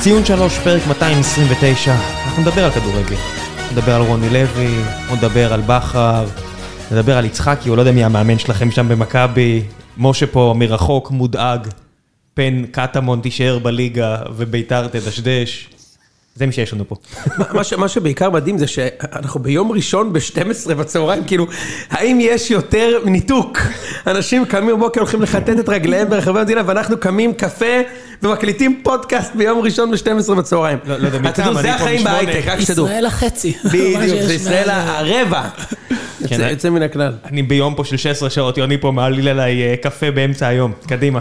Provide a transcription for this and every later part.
ציון 3, פרק 229, אנחנו נדבר על כדורגל. נדבר על רוני לוי, נדבר על בכר, נדבר על יצחקי, או לא יודע מי המאמן שלכם שם במכבי, משה פה מרחוק מודאג, פן קטמון תישאר בליגה וביתר תדשדש. זה מי שיש לנו פה. מה- מה, ש, מה שבעיקר מדהים זה שאנחנו ביום ראשון ב-12 בצהריים, כאילו, האם יש יותר ניתוק? אנשים קמים בבוקר, הולכים לחטט את רגליהם ברחבי המדינה, ואנחנו קמים קפה ומקליטים פודקאסט ביום ראשון ב-12 בצהריים. לא- לא יודע מי אתם קם, יודעים, אני זה פה החיים בשמונה. בהייטק, רק שתדעו. ישראל החצי. מה בדיוק, שיש זה ישראל מעל ה- הרבע. כן, יוצא- אה? יוצא מן הכלל. אני ביום פה של 16 שעות, יוני פה מעליל עליי אה, קפה באמצע היום, קדימה.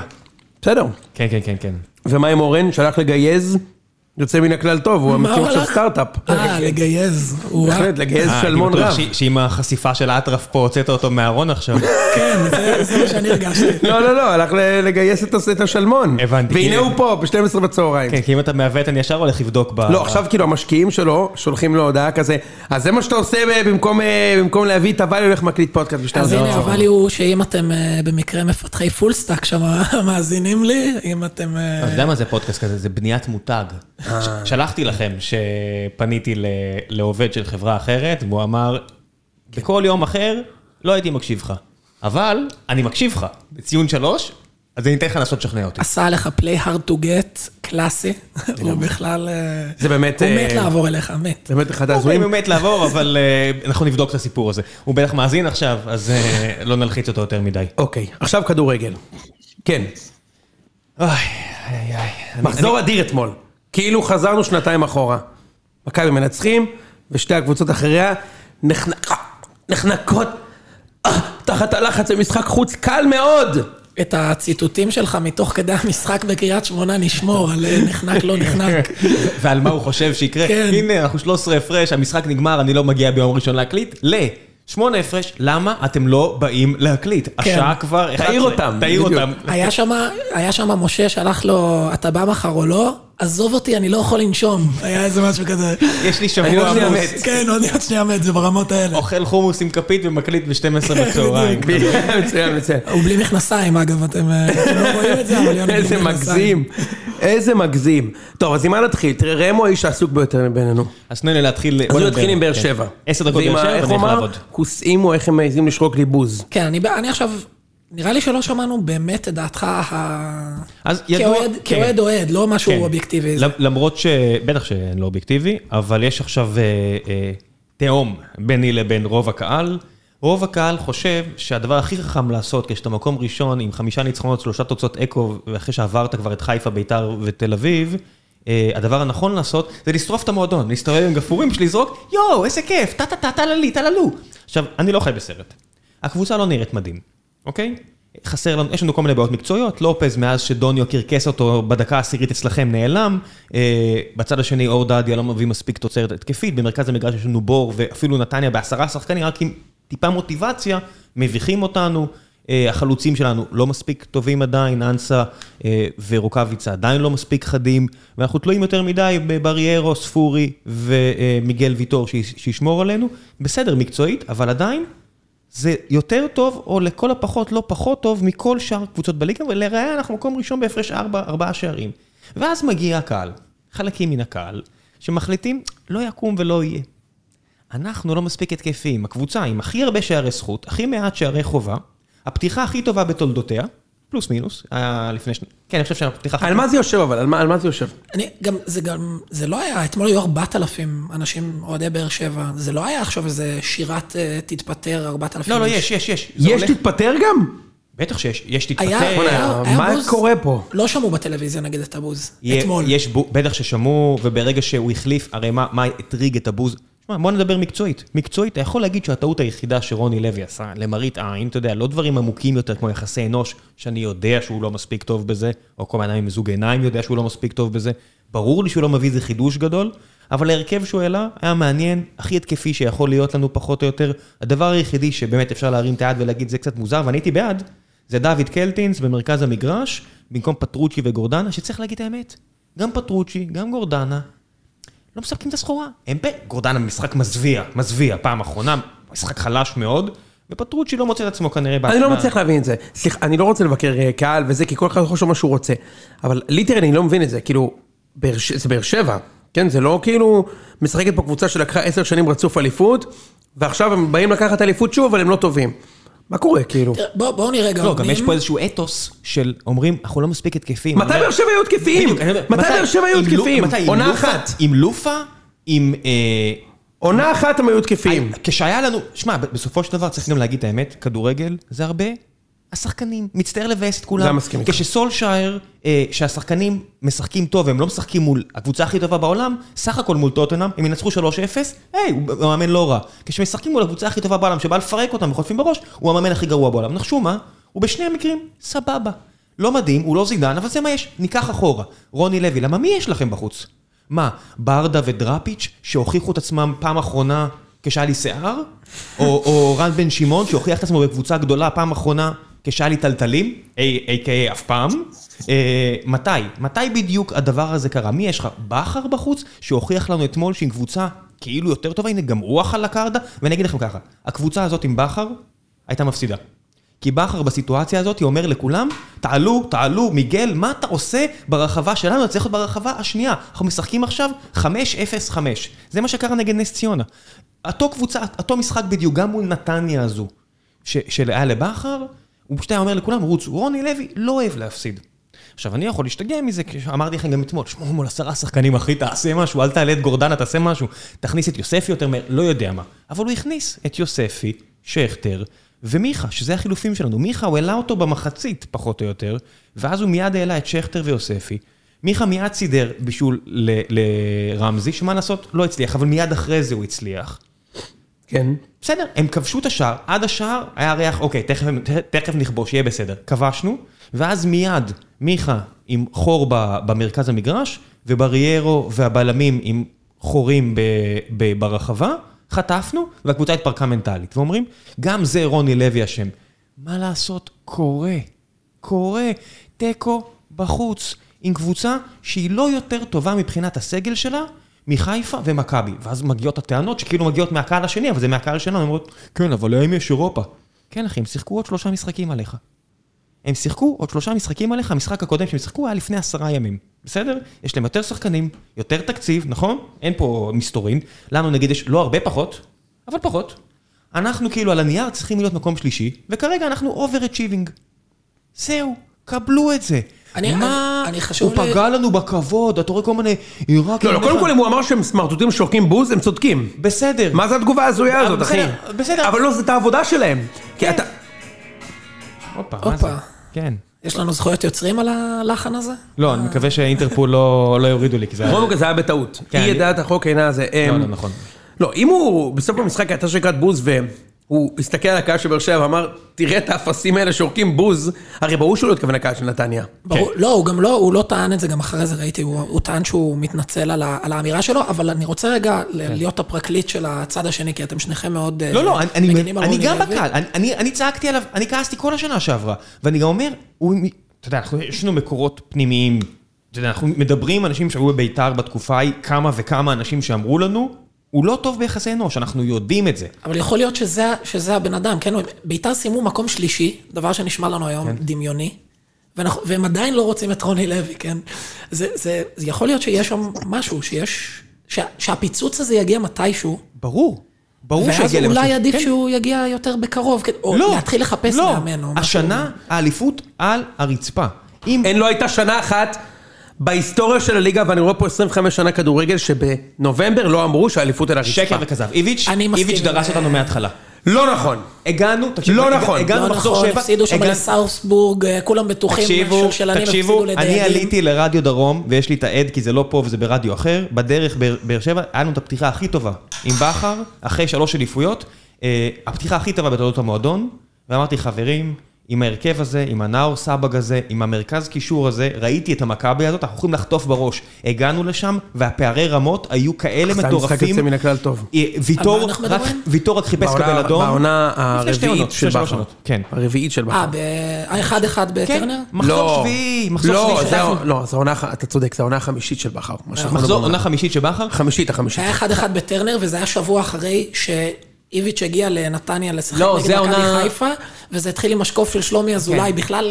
בסדר. כן, כן, כן, כן. ומה עם אורן? שהלך לגייז? יוצא מן הכלל טוב, הוא מה מקים הוא עכשיו הלך? סטארט-אפ. אה, לגייז. וואו. בהחלט, לגייז אה, אני שלמון בטוח רב. ש- שעם החשיפה של האטרף פה, הוצאת אותו מהארון עכשיו. כן, זה- זה מה שאני הרגשתי. לא, לא, לא, הלך ל- לגייס את הס- את השלמון. הבנתי, והנה כאילו- הוא פה, ב-12 בצהריים. כן, כי אם אתה מעוות, אני ישר הולך לבדוק ב... לא, עכשיו כאילו המשקיעים שלו שולחים לו הודעה כזה, אז זה מה שאתה עושה ב- במקום, אה, במקום להביא את הוואלי, הולך מקליט פודקאסט בשתי אז הנה, הדעות. אבל הוא שאם אתם אה, במקרה מפתחי פול סטאק שם מאזינים לי, אם אתם... אה, אתה יודע מה זה פודקאסט כזה? זה בניית מותג. ש- שלחתי לכם שפניתי ל- לעובד של חברה אחרת, והוא אמר, בכל יום אחר לא הייתי מקשיב לך. אבל אני מקשיב לך. בציון שלוש, אז אני אתן לך לנסות לשכנע אותי. עשה עליך פליי hard to get, קלאסי. הוא בכלל... אה, זה באמת, הוא אה, מת לעבור אליך, מת. באמת אחד אם אוקיי, ההזויים. הוא מת לעבור, אבל אה, אנחנו נבדוק את הסיפור הזה. הוא בטח מאזין עכשיו, אז אה, לא נלחיץ אותו יותר מדי. אוקיי, עכשיו כדורגל. כן, אוי, איי, איי. אני- מחזור אדיר אתמול. כאילו חזרנו שנתיים אחורה. מכבי מנצחים, ושתי הקבוצות אחריה נחנק- נחנקות אה, תחת הלחץ זה משחק חוץ קל מאוד. את הציטוטים שלך מתוך כדי המשחק בקריית שמונה נשמור, על אה, נחנק לא נחנק. ועל מה הוא חושב שיקרה. כן. הנה, אנחנו 13 הפרש, המשחק נגמר, אני לא מגיע ביום ראשון להקליט. ל... שמונה הפרש, למה אתם לא באים להקליט? כן. השעה כבר... תעיר 11, אותם, תעיר בדיוק. אותם. היה שם, היה שם משה שלח לו, אתה בא מחר או לא? עזוב אותי, אני לא יכול לנשום. היה איזה משהו כזה. יש לי אני שבוע עוד שנייה עמוס. מת. כן, עוד שנייה, עוד שנייה מת, זה ברמות האלה. אוכל חומוס עם כפית ומקליט ב-12 כן, בצהריים. מצוין, מצוין. הוא בלי מכנסיים, אגב, אתם אה, אתם לא רואים את זה, אבל יוני בלי איזה מכנסיים. מגזים, איזה מגזים. טוב, אז עם מה נתחיל? תראה, רמו האיש העסוק ביותר מבינינו. אז תנו לי להתחיל... אז בוא הוא נדבר. יתחיל עם באר כן. שבע. עשר דקות ועם באר ה- שבע, איך ואני הוא הולך אמר? לעבוד. כוסאים או איך הם מעזים לשרוק לי בוז. כן, אני, אני עכשיו, נראה לי שלא שמענו באמת את דעתך ה... אז ידוע- כאוהד, כן. כאוהד אוהד, לא משהו אובייקטיבי. למ- למרות ש... בטח שאני לא אובייקטיבי, אבל יש עכשיו אה, אה, תהום ביני לבין רוב הקהל. רוב הקהל חושב שהדבר הכי חכם לעשות כשאתה מקום ראשון עם חמישה ניצחונות, שלושה תוצאות אקו, ואחרי שעברת כבר את חיפה, ביתר ותל אביב, אה, הדבר הנכון לעשות זה לשרוף את המועדון, להסתובב עם גפורים בשביל לזרוק, יואו, איזה כיף, טה טה טה טה ללי, טה ללו. עכשיו, אני לא חי בסרט. הקבוצה לא נראית מדהים, אוקיי? חסר לנו, יש לנו כל מיני בעיות מקצועיות, לופז מאז שדוניו קרקס אותו בדקה העשירית אצלכם נעלם, אה, בצד השני אור דדיה לא מביא מספיק תוצרת התקפית, במרכז המגרש יש לנו בור ואפילו נתניה בעשרה שחקנים, רק עם טיפה מוטיבציה, מביכים אותנו, אה, החלוצים שלנו לא מספיק טובים עדיין, אנסה אה, ורוקאביצה עדיין לא מספיק חדים, ואנחנו תלויים יותר מדי בבריירו, ספורי ומיגל ויטור שיש- שישמור עלינו, בסדר מקצועית, אבל עדיין זה יותר טוב, או לכל הפחות לא פחות טוב, מכל שאר הקבוצות בליגה, ולראיה אנחנו מקום ראשון בהפרש ארבע, ארבעה שערים. ואז מגיע הקהל, חלקים מן הקהל, שמחליטים, לא יקום ולא יהיה. אנחנו לא מספיק התקפיים, הקבוצה עם הכי הרבה שערי זכות, הכי מעט שערי חובה, הפתיחה הכי טובה בתולדותיה, פלוס מינוס, היה לפני שנה, כן, אני חושב שהפתיחה... הכי- על מה זה יושב אבל? על מה על מה זה יושב? אני גם, זה גם, זה לא היה, אתמול היו 4,000 אנשים אוהדי באר שבע, זה לא היה עכשיו איזה שירת אה, תתפטר 4,000 לא, לא, איש. יש, יש, יש. זה יש הולך- תתפטר גם? בטח שיש, יש היה, תתפטר. היה, בוא'נה, היה מה בוז. קורה פה? לא שמעו בטלוויזיה נגד את הבוז, יה- אתמול. יש בו, בטח ששמעו, וברגע שהוא החליף, הרי מה, מה הטריג את הבוז? שמע, בוא נדבר מקצועית. מקצועית, אתה יכול להגיד שהטעות היחידה שרוני לוי עשה, למראית עין, אתה יודע, לא דברים עמוקים יותר כמו יחסי אנוש, שאני יודע שהוא לא מספיק טוב בזה, או כל מיני עם זוג עיניים יודע שהוא לא מספיק טוב בזה. ברור לי שהוא לא מביא איזה חידוש גדול, אבל ההרכב שהוא העלה היה מעניין, הכי התקפי שיכול להיות לנו פחות או יותר. הדבר היחידי שבאמת אפשר להרים את היד ולהגיד, זה קצת מוזר, ואני הייתי בעד, זה דוד קלטינס במרכז המגרש, במקום פטרוצ'י וגורדנה, שצריך להגיד את האמת. גם פטרוצ'י, גם גורדנה, לא מספקים את הסחורה. הם ב... גורדנה במשחק מזוויע, מזוויע, פעם אחרונה, משחק חלש מאוד, ופטרוצ'י לא מוצא את עצמו כנראה אני לא בהתחלה. מצליח להבין את זה. סליחה, אני לא רוצה לבקר אה, קהל וזה, כי כל אחד יכול לחשוב מה שהוא רוצה. אבל ליטרלי אני לא מבין את זה, כאילו, באר ש- זה באר שבע, כן? זה לא כאילו משחקת פה קבוצה שלקחה עשר שנים רצוף אליפות, ועכשיו הם באים לקחת אליפות שוב, אבל הם לא טובים. מה קורה, כאילו? תראה, בוא- בואו נראה גם... לא, גם מי- יש פה איזשהו אתוס של אומרים, אנחנו לא מספיק התקפים. מתי אני אומר- באר שבע היו התקפיים? בדיוק, אני אומר, מתי באר שבע היו עם לו- התקפיים? מתי, עם עונה לופה? אחת. עם לופה, עם... אה, עונה אחת הם היו התקפיים. כשהיה לנו, שמע, ב- בסופו של דבר צריך גם להגיד את האמת, כדורגל זה הרבה השחקנים. מצטער לבאס את כולם. זה מסכים איתך. כשסולשייר, אה, שהשחקנים משחקים טוב, הם לא משחקים מול הקבוצה הכי טובה בעולם, סך הכל מול טוטנאם, הם ינצחו 3-0, היי, הוא מאמן לא רע. כשמשחקים מול הקבוצה הכי טובה בעולם, שבאה לפרק אותם וחוטפים בראש, הוא המאמן הכי גרוע בעולם. נחשו מה? הוא בשני המקרים סבבה. לא מדהים, הוא לא זידן, אבל זה מה יש. ניקח אחורה. רוני לוי, למה מי יש לכם בחוץ? מה, ברדה ודראפיץ' שהוכיחו את עצמם פעם אחרונה כשהיה לי שיער? או, או רן בן שמעון שהוכיח את עצמו בקבוצה גדולה פעם אחרונה כשהיה לי טלטלים? A.K.A אף פעם? אה, מתי? מתי בדיוק הדבר הזה קרה? מי יש לך? בכר בחוץ שהוכיח לנו אתמול שעם קבוצה כאילו יותר טובה, הנה גם רוח על הקרדה? ואני אגיד לכם ככה, הקבוצה הזאת עם בכר הייתה מפסידה. כי בכר בסיטואציה הזאת אומר לכולם, תעלו, תעלו, מיגל, מה אתה עושה ברחבה שלנו? אתה צריך להיות ברחבה השנייה. אנחנו משחקים עכשיו 5-0-5. זה מה שקרה נגד נס ציונה. אותו קבוצה, אותו משחק בדיוק, גם מול נתניה הזו, ש- שהיה לבכר, הוא פשוט היה אומר לכולם, רוצו. רוני לוי לא אוהב להפסיד. עכשיו, אני יכול להשתגע מזה, כש- אמרתי לכם גם אתמול, שמעו מול עשרה שחקנים, אחי, תעשה משהו, אל תעלה את גורדנה, תעשה משהו. תכניס את יוספי יותר מהר, לא יודע מה. אבל הוא הכניס את יוספי, שכטר ומיכה, שזה החילופים שלנו. מיכה, הוא העלה אותו במחצית, פחות או יותר, ואז הוא מיד העלה את שכטר ויוספי. מיכה מיד סידר בישול ל- לרמזי, שמה לעשות? לא הצליח, אבל מיד אחרי זה הוא הצליח. כן. בסדר, הם כבשו את השער, עד השער היה ריח, אוקיי, תכף, תכף נכבוש, יהיה בסדר. כבשנו, ואז מיד מיכה עם חור ב, במרכז המגרש, ובריירו והבלמים עם חורים ב, ב, ברחבה, חטפנו, והקבוצה התפרקה מנטלית. ואומרים, גם זה רוני לוי אשם. מה לעשות, קורה, קורה, תיקו בחוץ, עם קבוצה שהיא לא יותר טובה מבחינת הסגל שלה, מחיפה ומכבי. ואז מגיעות הטענות שכאילו מגיעות מהקהל השני, אבל זה מהקהל שלנו, הן אומרות, כן, אבל להם יש אירופה. כן, אחי, הם שיחקו עוד שלושה משחקים עליך. הם שיחקו עוד שלושה משחקים עליך, המשחק הקודם שהם שיחקו היה לפני עשרה ימים, בסדר? יש להם יותר שחקנים, יותר תקציב, נכון? אין פה מסתורין. לנו נגיד יש לא הרבה פחות, אבל פחות. אנחנו כאילו על הנייר צריכים להיות מקום שלישי, וכרגע אנחנו overachieving. זהו, קבלו את זה. אני- מה, אני- אני חשוב הוא לי- פגע לנו בכבוד, אתה רואה כל מיני... עיראק- לא, לא, קודם כל אם הוא אמר שהם סמרטוטים שורקים בוז, הם צודקים. בסדר. מה זה התגובה ההזויה הזאת, אחי? בסדר, בסדר. אבל לא, זאת העבודה שלהם. כי כן. אתה... הופה, הופה. מה זה? כן. יש לנו זכויות יוצרים על הלחן הזה? לא, אני מקווה שאינטרפול לא לא יורידו לי, כי זה היה... רומא זה היה בטעות. כן, היא אני- ידעת החוק אינה זה. לא, אמ, לא נכון. לא, אם הוא בסוף המשחק הייתה שריקת בוז והוא הסתכל על הקהל של באר שבע ואמר, תראה את האפסים האלה שורקים בוז, הרי ברור שהוא לא התכוון לקהל של נתניה. ברור, לא, הוא גם לא, הוא לא טען את זה, גם אחרי זה ראיתי, הוא, הוא טען שהוא מתנצל על, ה, על האמירה שלו, אבל אני רוצה רגע ל- להיות הפרקליט של הצד השני, כי אתם שניכם מאוד אה, כן. לא, לא, אני- אני מגינים על אני רוני גם לוי. בקהל, אני- אני אני צעקתי עליו, אני כעסתי כל השנה שעברה, ואני גם אומר, הוא מ- אתה יודע, אנחנו- יש לנו מקורות פנימיים, אתה יודע, אנחנו מדברים עם אנשים שהיו בביתר בתקופה ההיא, כמה וכמה אנשים שאמרו לנו, הוא לא טוב ביחסי אנוש, אנחנו יודעים את זה. אבל יכול להיות שזה, שזה הבן אדם, כן? ביתר סיימו מקום שלישי, דבר שנשמע לנו היום כן. דמיוני, ואנחנו, והם עדיין לא רוצים את רוני לוי, כן? זה, זה, זה יכול להיות שיש שם משהו, שיש... שה, שהפיצוץ הזה יגיע מתישהו, ברור. ברור ואז שיגיע אולי למשהו. עדיף כן. שהוא יגיע יותר בקרוב, כן, או לא, להתחיל לחפש לא. מאמן. או משהו. השנה האליפות על הרצפה. אם אין, לא הייתה שנה אחת בהיסטוריה של הליגה, ואני רואה פה 25 שנה כדורגל, שבנובמבר לא אמרו שהאליפות על הרצפה. שקר וכזב. איביץ', אני מסכים. איביץ' דרס אותנו מההתחלה. לא נכון. הגענו, תקשיב, לא הגע- נכון. הגענו לא מחזור נכון, שבע, הפסידו שם הגענו- לסאוסבורג, אה, כולם בטוחים, תקשיבו, שושלנים, תקשיבו, הפסידו אני לא לדייגים. עליתי לרדיו דרום, ויש לי את העד כי זה לא פה וזה ברדיו אחר, בדרך באר- באר שבע, היה לנו את הפתיחה הכי טובה עם בכר, אחרי שלוש אליפויות, אה, הפתיחה הכי טובה בתולדות המועדון, ואמרתי, חברים, עם ההרכב הזה, עם הנאור סבג הזה, עם המרכז קישור הזה, ראיתי את המכבי הזאת, אנחנו הולכים לחטוף בראש. הגענו לשם, והפערי רמות היו כאלה זה מטורפים. המשחק יוצא מן הכלל טוב. אה, על מה ויטור אנחנו רק- מדברים? ויטור רק חיפש בעונה- קבל אדום. בעונה לפני שתי עונות, הרביעית של לפני שלוש בכר. עונות, כן. הרביעית של בכר. אה, ב-1-1 בטרנר? מחזור לא. שביעי, מחזור לא, שביעי זה חטפנו. ה- לא, זו העונה, הח- אתה צודק, זו העונה החמישית של בכר. מה שאנחנו מחזור מדברים עונה אה? עליו. חמישית של בכר? חמישית, החמישית. היה 1-1 בטרנר, וזה היה שבוע אחרי שאיביץ' הגיע לנתניה לשחק לא, זה נגד מכבי העונה- חיפה, וזה התחיל עם השקוף של שלומי אזולאי, בכלל...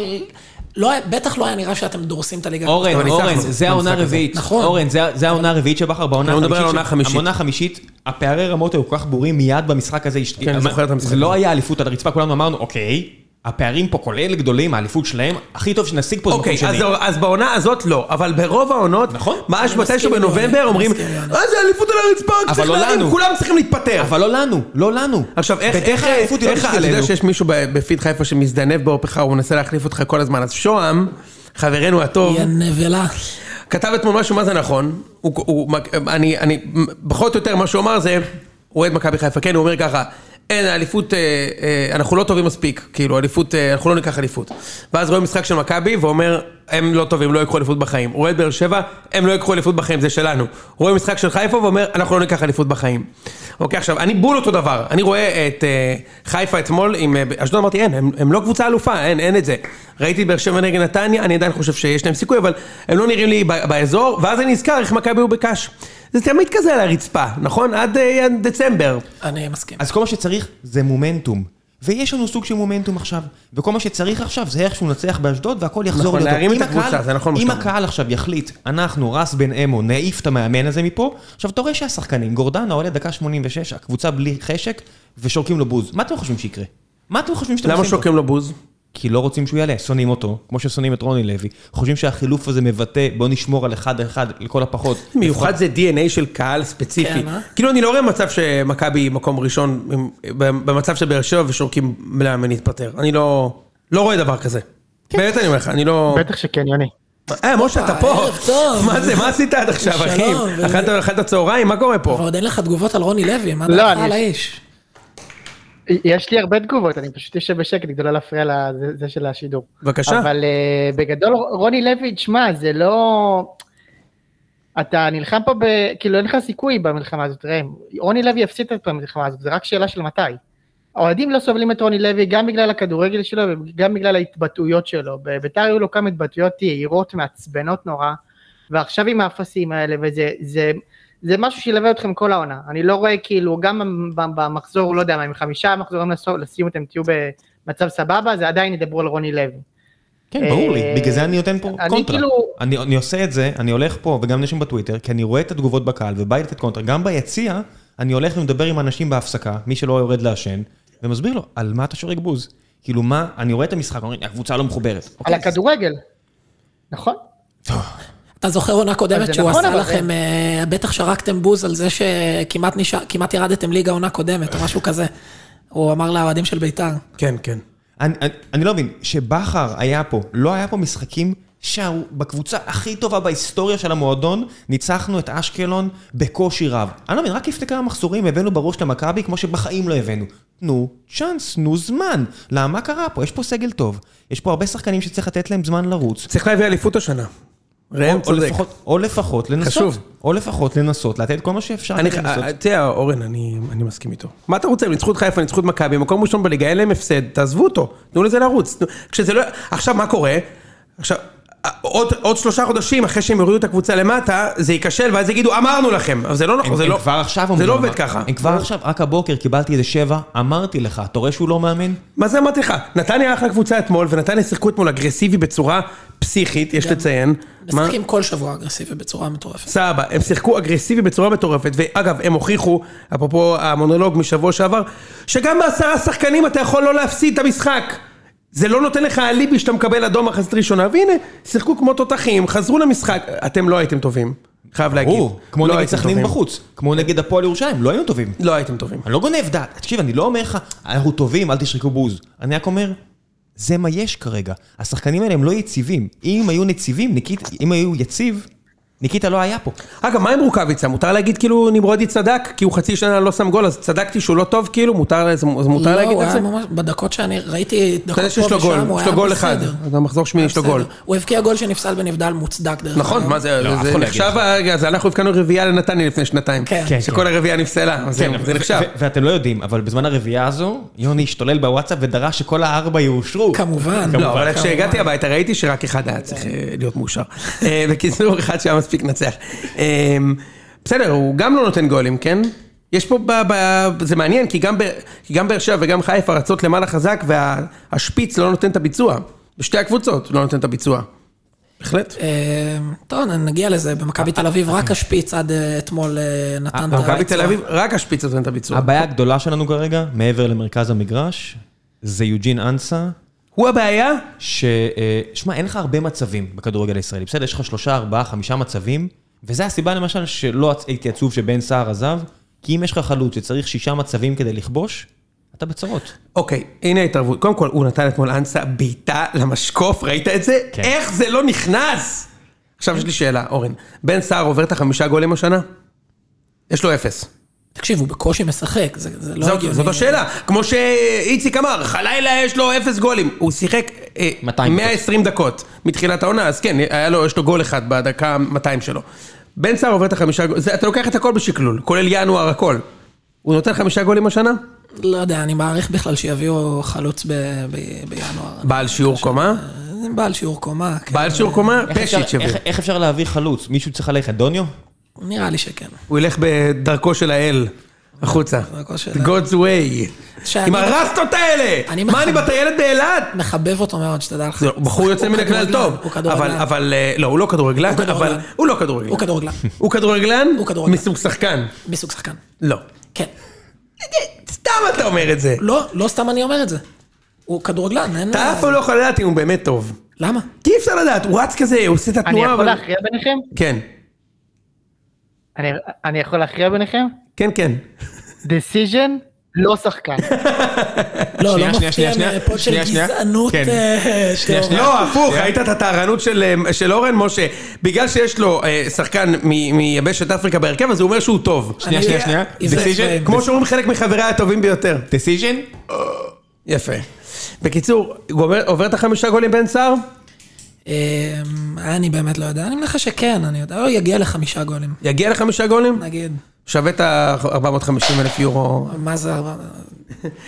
לא היה- בטח לא היה נראה שאתם דורסים את הליגה. אורן, אבל אורן, ניצחנו זה במשחק העונה הזה. הרביעית. נכון. אורן, זה זה העונה הרביעית של בכר בעונה אני מדבר על החמישית העונה של- החמישית. העונה החמישית, הפערי רמות היו כל כך ברורים מיד במשחק הזה. השת- כן, אני זוכר את המשחק זה לא הזה. היה אליפות על הרצפה, כולנו אמרנו, אוקיי, הפערים פה כולל גדולים, האליפות שלהם, הכי טוב שנשיג פה זה מקום אוקיי, אז שני. זהו, אז בעונה הזאת לא, אבל ברוב העונות, נכון. ממש אני מתישהו מסכים עם יוני, בנובמבר אומרים, מסכים עם יוני. אה, זה אליפות על הרצפה, רק אבל צריך לא להרים, לנו. כולם צריכים להתפטר. אבל לא לנו, לא לנו. עכשיו, איך, בדרך איך, כלל האליפות היא לא איך, תשפיע אתה יודע עלינו. שיש מישהו ב- בפיד חיפה שמזדנב בעורפך, הוא מנסה להחליף אותך כל הזמן, אז שוהם, חברנו הטוב, היא הנבלה. כתב אתמול משהו מה זה נכון, הוא, הוא, אני, אני, פחות או יותר מה שהוא אמר זה, הוא אוהד מכבי חיפה, כן, הוא אומר ככה, אין, האליפות, אה, אה, אנחנו לא טובים מספיק, כאילו, אליפות, אה, אנחנו לא ניקח אליפות. ואז רואה משחק של מכבי ואומר, הם לא טובים, לא יקחו אליפות בחיים. הוא אוהד באר שבע, הם לא יקחו אליפות בחיים, זה שלנו. הוא רואה משחק של חיפה ואומר, אנחנו לא ניקח אליפות בחיים. אוקיי, עכשיו, אני בול אותו דבר, אני רואה את אה, חיפה אתמול עם אה, אשדוד, אמרתי, אין, הם, הם לא קבוצה אלופה, אין, אין את זה. ראיתי את באר שבע נגד נתניה, אני עדיין חושב שיש להם סיכוי, אבל הם לא נראים לי ב- באזור, ואז אני נזכר איך מכבי הוא בקאש. זה תמיד כזה על הרצפה, נכון? עד, אה, עד דצמבר. אני מסכים. אז כל מה שצריך זה מומנטום. ויש לנו סוג של מומנטום עכשיו, וכל מה שצריך עכשיו זה איכשהו נצח באשדוד והכל יחזור נכון, להיות טוב. להרים את אם הקהל- הקבוצה, זה נכון מה אם שאתה אומר. הקהל עכשיו יחליט, אנחנו, רס בן אמו, נעיף את המאמן הזה מפה, עכשיו אתה רואה שהשחקנים, גורדנה עולה דקה 86, הקבוצה בלי חשק, ושורקים לו בוז. מה אתם חושבים שיקרה? מה אתם חושבים שאתם למה עושים פה? שורקים לו בוז? כי לא רוצים שהוא יעלה, שונאים אותו, כמו ששונאים את רוני לוי. חושבים שהחילוף הזה מבטא, בוא נשמור על אחד אחד לכל הפחות. מיוחד זה DNA של קהל ספציפי. כן, אה? כאילו, אני לא רואה מצב שמכבי היא מקום ראשון עם- במצב של באר שבע ושורקים לאמן להתפטר. אני לא... לא רואה דבר כזה. כן. באמת אני אומר לך, אני לא... בטח שכן, יוני. אה, משה, אתה פה. ערב טוב. מה זה, מה עשית עד עכשיו, אחי? שלום, ו- אכלת- אכלת צהריים? מה קורה פה? ועוד אין לך תגובות על רוני לוי, מה לא, דעתך אני- על האיש? יש לי הרבה תגובות, אני פשוט יושב בשקט כדי לא להפריע לזה של השידור. בבקשה. אבל אה, בגדול, רוני לוי, תשמע, זה לא... אתה נלחם פה ב... כאילו, אין לך סיכוי במלחמה הזאת, ראם. רוני לוי יפסיד את המלחמה הזאת, זה רק שאלה של מתי. האוהדים לא סובלים את רוני לוי גם בגלל הכדורגל שלו וגם בגלל ההתבטאויות שלו. בביתר היו לו כמה התבטאויות יהירות, מעצבנות נורא, ועכשיו עם האפסים האלה, וזה זה, זה משהו שילווה אתכם כל העונה. אני לא רואה כאילו, גם ב- במחזור, לא יודע מה, עם חמישה מחזורים לסוף- לסיום אתם תהיו במצב סבבה, זה עדיין ידברו על רוני לוי. כן, ברור לי, אה, בגלל זה אני נותן פה אני קונטרה. כאילו- אני, אני עושה את זה, אני הולך פה וגם נשים בטוויטר, כי אני רואה את התגובות בקהל ובא לי לתת קונטרה. גם ביציע, אני הולך ומדבר עם אנשים בהפסקה, מי שלא יורד לעשן, ומסביר לו, על מה אתה שורק בוז? כאילו מה, אני רואה את המשחק, אומרים, הקבוצה לא מחוברת. על אוקיי, הכדורגל, נכון? אתה זוכר עונה אז זה קודמת שהוא נכון, עשה אבל לכם, אה, בטח שרקתם בוז על זה שכמעט נשאר- כמעט ירדתם ליגה עונה קודמת, או משהו כזה. הוא אמר לאוהדים של בית"ר. כן, כן. אני, אני, אני לא מבין, שבכר היה פה, לא היה פה משחקים שהוא בקבוצה הכי טובה בהיסטוריה של המועדון, ניצחנו את אשקלון בקושי רב. אני לא מבין, רק לפני כמה מחזורים הבאנו בראש למכבי כמו שבחיים לא הבאנו. תנו צ'אנס, תנו זמן. למה מה קרה פה? יש פה סגל טוב, יש פה הרבה שחקנים שצריך לתת להם זמן לרוץ. צריך להביא אליפות השנה. ראם או, או, צודק. לפחות, או לפחות לנסות, חשוב. או לפחות לנסות לתת כל מה שאפשר. אני, אה, כדי לנסות. אתה יודע, אורן, אני אני מסכים איתו. מה אתה רוצה? הם ניצחו את חיפה, ניצחו את מכבי, מקום ראשון בליגה, אין להם הפסד, תעזבו אותו, תנו לזה לרוץ. תנו- כשזה לא... עכשיו, מה קורה? עכשיו, עוד עוד שלושה חודשים אחרי שהם יורידו את הקבוצה למטה, זה ייכשל, ואז יגידו, אמרנו לכם. אבל זה לא נכון, הם, זה הם לא... כבר עכשיו אומרים, זה לא אמר- עובד ככה. הם כבר עכשיו, רק הבוקר קיבלתי איזה שבע, אמרתי לך, אתה רואה שהוא לא מאמן? מה זה אמרתי לך? נתניה אחלה קבוצה אתמול, ונתניה שיחקו אתמול אגרסיבי בצורה פסיכית, יש לציין. מה? משחקים כל שבוע אגרסיבי בצורה מטורפת. סבבה, הם שיחקו אגרסיבי בצורה מטורפת, ואגב, הם הוכיחו, אפרופו המונולוג משבוע שעבר, שגם בעשרה שחקנים אתה יכול לא להפסיד את המשחק. זה לא נותן לך אליבי שאתה מקבל אדום מחצית ראשונה, והנה, שיחקו כמו תותחים, חזרו למשחק, אתם לא הייתם טובים, חייב להגיד. ברור, כמו לא נגד הייתם סכנין טובים. בחוץ, כמו נגד הפועל ירושלים, לא היינו טובים. לא הייתם טובים. אני לא גונב דעת, תקשיב, אני לא אומר לך, אנחנו טובים, אל תשרקו בוז. אני רק אומר, זה מה יש כרגע. השחקנים האלה הם לא יציבים. אם היו נציבים, ניקית, אם היו יציב, ניקיטה לא היה פה. אגב, מה עם רוקאביצה? מותר להגיד כאילו נמרודי צדק? כי הוא חצי שנה לא שם גול, אז צדקתי שהוא לא טוב כאילו? מותר, זה, אז מותר לא, להגיד הוא את זה? היה ממש, בדקות שאני ראיתי אתה יודע דקות שיש פה לו גול, ושם, הוא יש היה לו גול אחד. בסדר. גם מחזור שמיני יש לו גול. בסדר. הוא הבקיע גול שנפסל בנבדל מוצדק דרך נכון, מה זה, לא, אף זה אחד לא נחשב, יגיד רגע, אז אנחנו הבקענו רביעייה לנתניה לפני שנתיים. כן. כן, שכל הרביעייה נפסלה, אז זהו, זה נחשב. כן, ו- ואתם לא יודעים, אבל בזמן הרביעייה הזו, יוני השתולל בוואטסאפ ודרש שכל הארבע יאושרו. כמובן. לא, אבל כמובן. איך שהגעתי הביתה ראיתי שרק אחד היה צריך אה, להיות מאושר. אה, בקיצור, אחד שהיה מספיק לנצח. אה, בסדר, הוא גם לא נותן גולים, כן? יש פה, ב- ב- זה מעניין, כי גם ב- כי גם באר שבע וגם חיפה רצות למעלה חזק, והשפיץ לא נותן את הביצוע. בשתי הקבוצות לא נותן את הביצוע. בהחלט. אה, טוב, נגיע לזה. במכבי תל אביב רק השפיץ עד אה, אתמול אה, נתן את מכבי האקסטרה. תל אביב, רק השפיץ לא נותן את הביצוע. הבעיה הגדולה שלנו כרגע, מעבר למרכז המגרש, זה יוג'ין אנסה, הוא הבעיה? ש... אה, שמע, אין לך הרבה מצבים בכדורגל הישראלי, בסדר? יש לך שלושה, ארבעה, חמישה מצבים, וזו הסיבה למשל שלא עצ- הייתי עצוב שבן סער עזב, כי אם יש לך חלוץ שצריך שישה מצבים כדי לכבוש, אתה בצרות. אוקיי, הנה ההתערבות. קודם כל, הוא נתן אתמול אנסה בעיטה למשקוף, ראית את זה? כן. איך זה לא נכנס? עכשיו יש לי שאלה, אורן. בן סער עובר את החמישה גולים השנה? יש לו אפס. תקשיב, הוא בקושי משחק, זה זה לא זאת- הגיוני. זאת השאלה. כמו שאיציק אמר, חלילה יש לו אפס גולים. הוא שיחק אה, 200 120 דקות מתחילת העונה, אז כן, היה לו, יש לו גול אחד בדקה 200 שלו. בן סער עובר את החמישה גולים, אתה לוקח את הכל בשקלול, כולל ינואר, הכל. הוא נותן חמישה גולים השנה? לא יודע, אני מעריך בכלל שיביאו חלוץ ב- ב- בינואר. בעל שיעור קומה? זה בעל שיעור קומה, כן. בעל שיעור קומה? איך אפשר- פשיץ' יביא. איך- איך אפשר להביא חלוץ? מישהו צריך ללכת, דוניו? נראה לי שכן. הוא ילך בדרכו של האל, החוצה. בדרכו של האל. God's way. שאני- עם הרסטות האלה! אני מה אני מחבב- בטיילת באילת? מחבב אותו מאוד, שתדע לך. זה בחור יוצא הוא מן הכלל כדורגלן, טוב. הוא אבל, כדורגלן. אבל, אה, לא, הוא לא כדורגלן, הוא כדורגלן. אבל הוא לא כדורגלן. הוא כדורגלן, הוא כדורגלן? הוא כדורגלן. מסוג שחקן. מסוג שחקן. לא. כן. סתם אתה אומר את זה. לא, לא סתם אני אומר את זה. הוא כדורגלן, אין... אתה אף פעם לא יכול לדעת אם הוא באמת טוב. לא- למה? לא, כי אי אפשר לדעת, הוא רץ כזה, הוא עושה את אני התנועה. יכול אבל- להכריע ביניכם? כן. אני- אני יכול להכריע ביניכם? כן, כן. decision, לא שחקן. לא, לא שנייה, שנייה, מפתיע שנייה, מפוד של שנייה, שנייה. גזענות כן. אה, טהורה. לא, הפוך, ראית את הטהרנות של, אה, של אורן משה. בגלל שיש לו אה, שחקן מ- מיבשת אפריקה בהרכב, אז הוא אומר שהוא טוב. שנייה, אני- שנייה, שנייה. אם זה- Decision? כמו שאומרים חלק מחבריה הטובים ביותר. דסיז'ן? יפה. בקיצור, הוא עובר- עובר את החמישה גולים בן סער? אמ, אני באמת לא יודע, אני מניח שכן, אני יודע, הוא יגיע לחמישה גולים. יגיע לחמישה גולים? נגיד, שווה את ה-450 אלף יורו מה זה...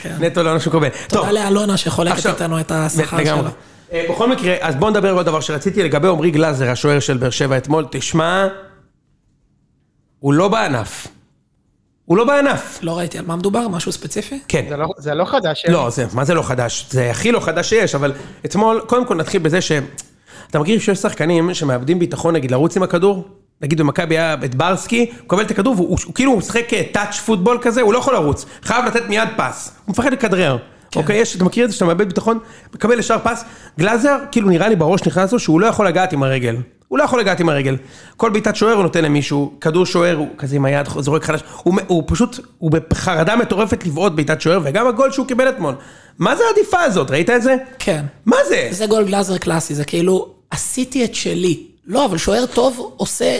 כן. נטו לעונה שהוא קובע. טוב, תודה לאלונה שחולקת עכשיו- איתנו את השכר לגמרי. שלה. אה, בכל מקרה, אז בואו נדבר על עוד דבר שרציתי לגבי עמרי גלאזר, השוער של באר שבע אתמול. תשמע, הוא לא בענף. הוא לא בענף. לא ראיתי על מה מדובר, משהו ספציפי? כן. זה לא- זה לא חדש. לא, זה, מה זה לא חדש? זה הכי לא חדש שיש, אבל אתמול, קודם כל נתחיל בזה ש... אתה מכיר שיש שחקנים שמאבדים ביטחון, נגיד, לרוץ עם הכדור? נגיד במכבי היה את ברסקי, הוא קבל את הכדור, והוא הוא, הוא, כאילו הוא משחק אה, טאץ' פוטבול כזה, הוא לא יכול לרוץ, חייב לתת מיד פס, הוא מפחד לכדרר. אוקיי, יש, אתה מכיר את זה שאתה מאבד ביטחון, מקבל ישר פס, גלאזר, כאילו נראה לי בראש נכנס לו שהוא לא יכול לגעת עם הרגל. הוא לא יכול לגעת עם הרגל. כל בעיטת שוער הוא נותן למישהו, כדור שוער הוא כזה עם היד, זורק חלש. הוא, מ- הוא פשוט, הוא בחרדה מטורפת לבעוט בעיטת שוער, וגם הגול שהוא קיבל אתמול. מה זה העדיפה הזאת, ראית את זה? כן. מה זה? זה גול גלאזר קלאסי, זה כאילו, עשיתי את שלי. לא, אבל שוער טוב עושה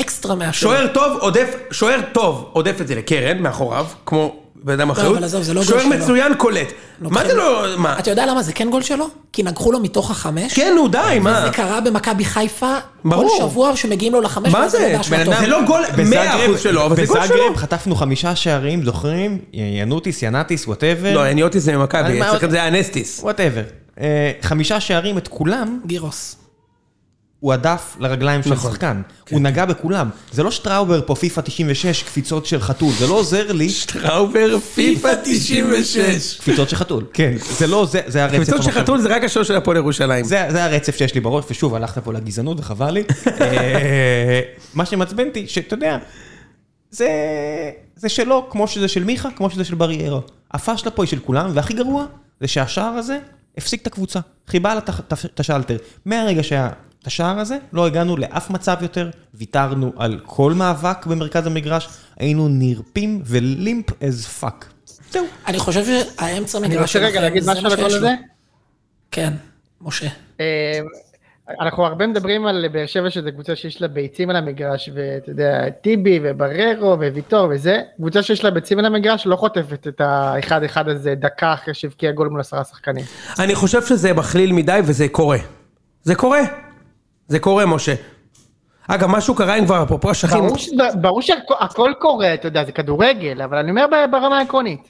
אקסטרה מהשוער. שוער טוב עודף, שוער טוב עודף את זה לקרן, מאחוריו, כמו בן אדם אחר. אבל עזוב, זה לא גול שוער שלו. כן. מצוין קולט. מה זה לא, מה? אתה יודע למה זה כן גול שלו? כי נגחו לו מתוך החמש. כן, נו די, מה? זה קרה במכבי חיפה, כל ברור. שבוע שמגיעים לו לחמש, מה ואז זה? הוא יודע בן שהוא אדם- טוב. זה לא גול 100% שלו, אבל זה גול שלו. בזאגרב חטפנו חמישה שערים, זוכרים? ינוטיס, ינטיס, וואטאבר. לא, אני אוטיס זה אני- ממכבי, מה- אצלכם זה היה אנסטיס. וואטאבר. אה, חמישה שערים, את כולם, גירוס. הוא הדף לרגליים של נכון. השחקן. הוא נגע בכולם. זה לא שטראובר פה פיפא 96, קפיצות של חתול. זה לא עוזר לי. טראובר פיפא 96. קפיצות של חתול. כן, זה לא, זה זה הרצף. קבוצות של המחשב. חתול זה רק השוער של הפועל ירושלים. זה, זה הרצף שיש לי בראש, ושוב, הלכת פה לגזענות וחבל לי. אה, מה שמעצבן אותי, שאתה יודע, זה, זה שלו, כמו שזה של מיכה, כמו שזה של בריירו. הפאשלה פה היא של כולם, והכי גרוע, זה שהשער הזה הפסיק את הקבוצה. חיבה לה את הח- את הש- את השלטר. מהרגע שהיה את השער הזה, לא הגענו לאף מצב יותר, ויתרנו על כל מאבק במרכז המגרש, היינו נרפים ולימפ as fuck. זהו. אני חושב שהאמצע מגרש אני רוצה רגע שלכם, להגיד לא זה משהו מה על הגול שיש לו. הזה. כן, משה. אה, אנחנו הרבה מדברים על באר שבע שזו קבוצה שיש לה ביצים על המגרש ואתה יודע טיבי ובררו וויטור וזה קבוצה שיש לה ביצים על המגרש לא חוטפת את האחד אחד הזה דקה אחרי שהבקיע גול מול עשרה שחקנים. אני חושב שזה מכליל מדי וזה קורה. זה קורה. זה קורה, משה. אגב, משהו קרה אם כבר, אפרופו אשכים. ברור ש- ברור שהכל קורה אתה יודע זה כדורגל אבל אני אומר ב- ברמה העקרונית.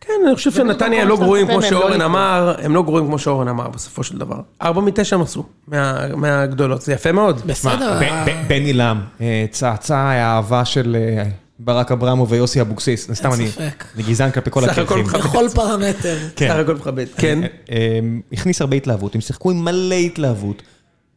כן, אני חושב שנתניה הם לא שאתה גרועים מצפה כמו מהם, לא שאורן יקרה. אמר, הם לא גרועים כמו שאורן אמר בסופו של דבר. ארבע מתשע הם עשו, מה- מהגדולות, זה יפה מאוד. מה, בסדר, ב- ב- בני לם, אה, צעצע האהבה של אה, ברק אברמוב ויוסי אבוקסיס, סתם אני, ספק. אני גזען כלפי כל סך הכל הקרחים. מכבד. בכל פרמטר. כן. סך הכל מכבד. כן. אמ, הכניס הרבה התלהבות, הם שיחקו עם מלא התלהבות.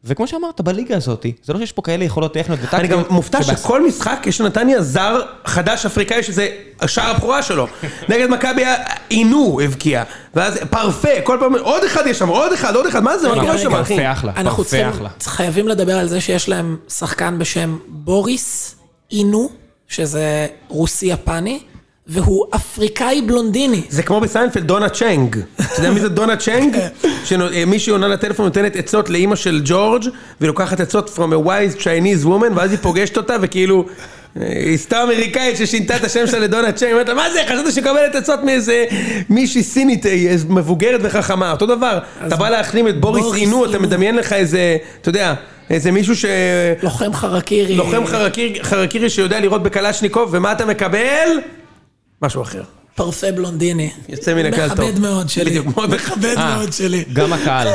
וכמו שאמרת, בליגה הזאת, זה לא שיש פה כאלה יכולות טכניות וטקטיות. אני גם מופתע שבס- שכל משחק יש לנתניה זר חדש אפריקאי שזה שער הבכורה שלו. נגד מכבי היה עינו הבקיע. ואז פרפה, כל פעם עוד אחד יש שם, עוד אחד, עוד אחד, מה זה, מה רגע, קורה רגע, שם אחי? פרפה אחלה, אנחנו פרפה צריכים, אחלה. חייבים לדבר על זה שיש להם שחקן בשם בוריס אינו, שזה רוסי-יפני, והוא אפריקאי בלונדיני. זה כמו בסיינפלד דונה צ'נג. אתה יודע מי זה דונה צ'נג? שמישהי עונה לטלפון נותנת עצות לאימא של ג'ורג' והיא לוקחת עצות from a wise Chinese woman ואז היא פוגשת אותה וכאילו... אה, היא סתם אמריקאית ששינתה את השם שלה לדונה צ'נג, היא אומרת לה, מה זה, חשבת שמקבלת עצות מאיזה מישהי סינית אה, איזה מבוגרת וחכמה, אותו דבר. אתה בא להחנים את בוריס בוריס אינו, אתה אינו. מדמיין לך איזה, אתה יודע, איזה מישהו ש... לוחם חרקירי. לוחם חרקיר- חרקירי שיודע לירות בקלשניקוב, ומה אתה מקבל? משהו אחר. פרפה בלונדיני. יוצא מן הכלל טוב. מכבד מאוד שלי. בדיוק, מאוד מכבד אה. מאוד שלי. גם הקהל,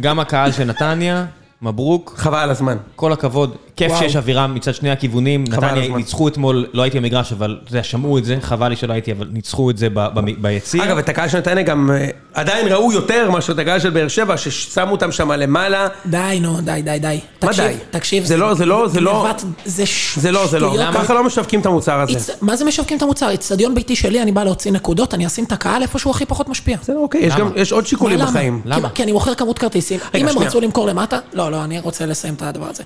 גם הקהל של נתניה, מברוק, חבל על הזמן. כל הכבוד. כיף וואו. שיש אווירה מצד שני הכיוונים. חבל על נתניה הזמן. ניצחו אתמול, לא הייתי במגרש, אבל אתה יודע, שמעו את זה, חבל לי שלא הייתי, אבל ניצחו את זה ב- במ- ביציע. אגב, את הקהל של נתניה גם אה, עדיין ראו יותר מאשר את הקהל של באר שבע, ששמו אותם שם למעלה. די, נו, די, די, די. תקשיב, די? תקשיב. זה לא- זה לא- זה לא- גניבת- זה ש- זה לא, זה לא. שטויות. ככה לא משווקים את המוצר הזה. הצ- מה זה משווקים את המוצר? אצטדיון ביתי שלי, אני בא להוציא נקודות, אני אשים את הקהל איפה שהוא הכי פחות משפיע. בסדר, אוקיי, יש גם, יש עוד שיקולים למה? בחיים. כי- כי אני מוכר כמות כרטיסים. רגע, אם הם שנייה. רצו למכור למטה, לא, לא, אני רוצה לסיים את הדבר הזה.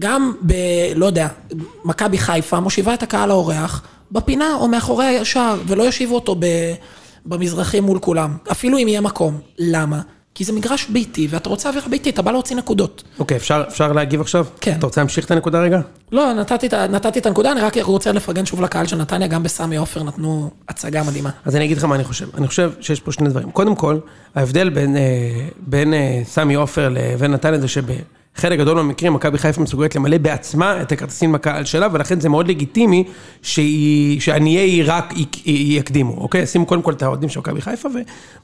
גם ב... לא יודע, מכבי חיפה מושיבה את הקהל האורח בפינה או מאחורי הישר, ולא יושיבו אותו ב... במזרחים מול כולם. אפילו אם יהיה מקום. למה? כי זה מגרש ביתי, ואתה רוצה אווירה ביתית, אתה בא להוציא נקודות. אוקיי, אפשר- אפשר להגיב עכשיו? כן. אתה רוצה להמשיך את הנקודה רגע? לא, נתתי, את ה- נתתי את הנקודה, אני רק רוצה לפרגן שוב לקהל של נתניה, גם בסמי עופר נתנו הצגה מדהימה. אז אני אגיד לך מה אני חושב. אני חושב שיש פה שני דברים. קודם כל, ההבדל בין, אה, בין אה, סמי עופר לבין נתניה זה שבחלק גדול מהמקרים מכבי חיפה מסוגלת למלא בעצמה את הכרטיסים בקהל שלה, ולכן זה מאוד לגיטימי שהיא- שעניי עיראק י- י- יקדימו, אוקיי? ישימו קודם כל את האוהדים של מכבי חיפה,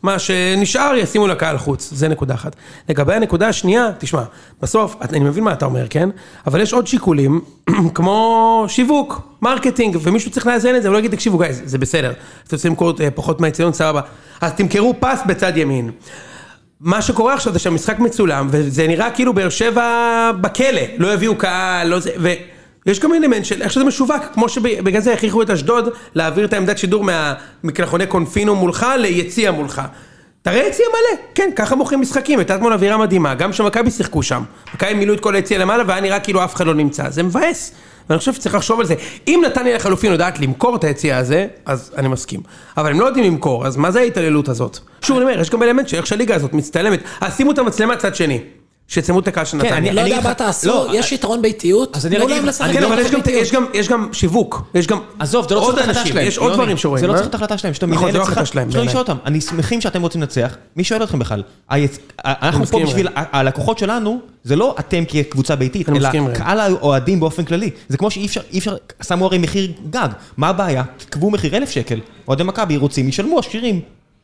ומה שנשאר ישימו לקהל חוץ. זה נקודה אחת. לגבי הנקודה השנייה, תשמע, בסוף, אני מבין מה אתה אומר, כן? אבל יש עוד שיקולים, כמו שיווק. מרקטינג, ומישהו צריך לאזן את זה, ולא יגיד, תקשיבו גייז, זה בסדר. אתם רוצים למכור אה, פחות מהציון, סבבה. אז תמכרו פס בצד ימין. מה שקורה עכשיו זה שהמשחק מצולם, וזה נראה כאילו באר שבע בכלא, לא יביאו קהל, לא זה, ויש גם אלמנט של איך שזה משווק, כמו שבגלל זה הכריחו את אשדוד להעביר את העמדת שידור מה- מקלחוני קונפינו מולך ליציע מולך. תראה יציע מלא, כן, ככה מוכרים משחקים, הייתה אתמול אווירה מדהימה, גם שמכבי שיחקו שם. מכבי מילאו את כל היציע למעלה והיה נראה כאילו אף אחד לא נמצא, זה מבאס. ואני חושב שצריך לחשוב על זה. אם נתניה לחלופין יודעת למכור את היציע הזה, אז אני מסכים. אבל הם לא יודעים למכור, אז מה זה ההתעללות הזאת? שוב, אני אומר, יש גם אלמנט של איך שהליגה הזאת מצטלמת. אז שימו את המצלמה צד שני. שיצלמו את הקהל של נתניה. כן, אני- לא יודע אגיד מה לך- תעשו, לא, יש יתרון ביתיות, אז אני תנו אגיד להם לך, לשחק. אני כן, לא אבל יש יתרון גם- ביתיות. יש גם- יש גם שיווק. יש גם עזוב, זה לא צריך עוד את ההחלטה אנשים, שלהם. יש עוד יוני. דברים שרואים. זה לא אה? צריך את ההחלטה שלהם, שאתה נכון, זה לא מנהל ההחלטה שלהם, שלא לשאול בעיניי. אותם. אני שמחים שאתם רוצים לנצח, מי שואל אתכם בכלל? היצ- אנחנו פה מסכים בשביל, ה- הלקוחות שלנו, זה לא אתם כקבוצה ביתית, אני אלא מסכים, ראם. קהל האוהדים באופן כללי. זה כמו שאי אפשר, אי אפשר, שמו הרי מחיר גג. מה הבעיה? קבעו מחיר אלף שקל. אוהדי מכבי רוצים, ישלמו עשירים.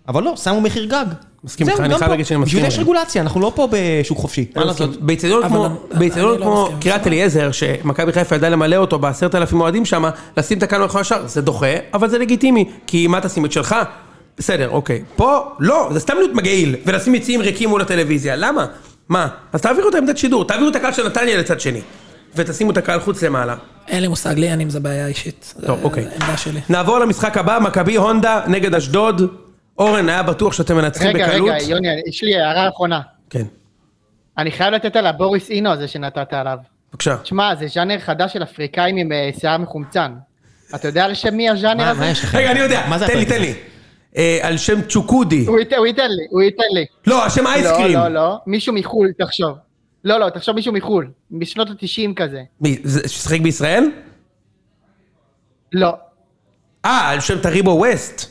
אבל לא, שמו מחיר גג. מסכים זהו, איתך, אני גם חייב פה. להגיד שאני מסכים בשביל זה יש ראם. רגולציה, אנחנו לא פה בשוק חופשי. מה לעשות? באיצטדיון כן. אבל כמו, אני- באיצטדיון אני לא כמו מסכים. קריית אליעזר, שמכבי חיפה ידעה למלא אותו בעשרת אלפים אוהדים שם, לשים את הקהל מאחורי השאר, זה דוחה, אבל זה לגיטימי, כי מה תשים את שלך? בסדר, אוקיי. פה, לא, זה סתם להיות מגעיל, ולשים יציאים ריקים מול הטלוויזיה, למה? מה? אז תעבירו את העמדת שידור, תעבירו את הקהל של נתניה לצד שני, ותשימו את הקהל חוץ למעלה. אין לי מושג, לי אין עם זה בעיה אישית. טוב, זה- אוקיי. זה עמדה אה, שלי. נעבור למשחק הבא, מכבי הונדה נגד אשדוד. אורן, היה בטוח שאתם מנצחים רגע, בקלות. רגע, יוני, יש לי הערה אחרונה. כן, אני חייב לתת על הבוריס אינו הזה שנתת עליו. בבקשה. תשמע, זה ז'אנר חדש של אפריקאים עם אה, שיער מחומצן. אתה יודע על שם מי הז'אנר מה הזה? מה יש לך? רגע, אני יודע, מה זה תן לי, הפרק תן הזה? לי. אה, על שם צ'וקודי. הוא ייתן הוא ייתן לי, הוא ייתן לי. לא, השם אייסקרים. לא, לא, לא, מישהו מחו"ל, תחשוב. לא, לא, תחשוב מישהו מחו"ל, משנות התשעים כזה. מי, זה- ששיחק בישראל? לא, אה, על שם טריבו ווסט.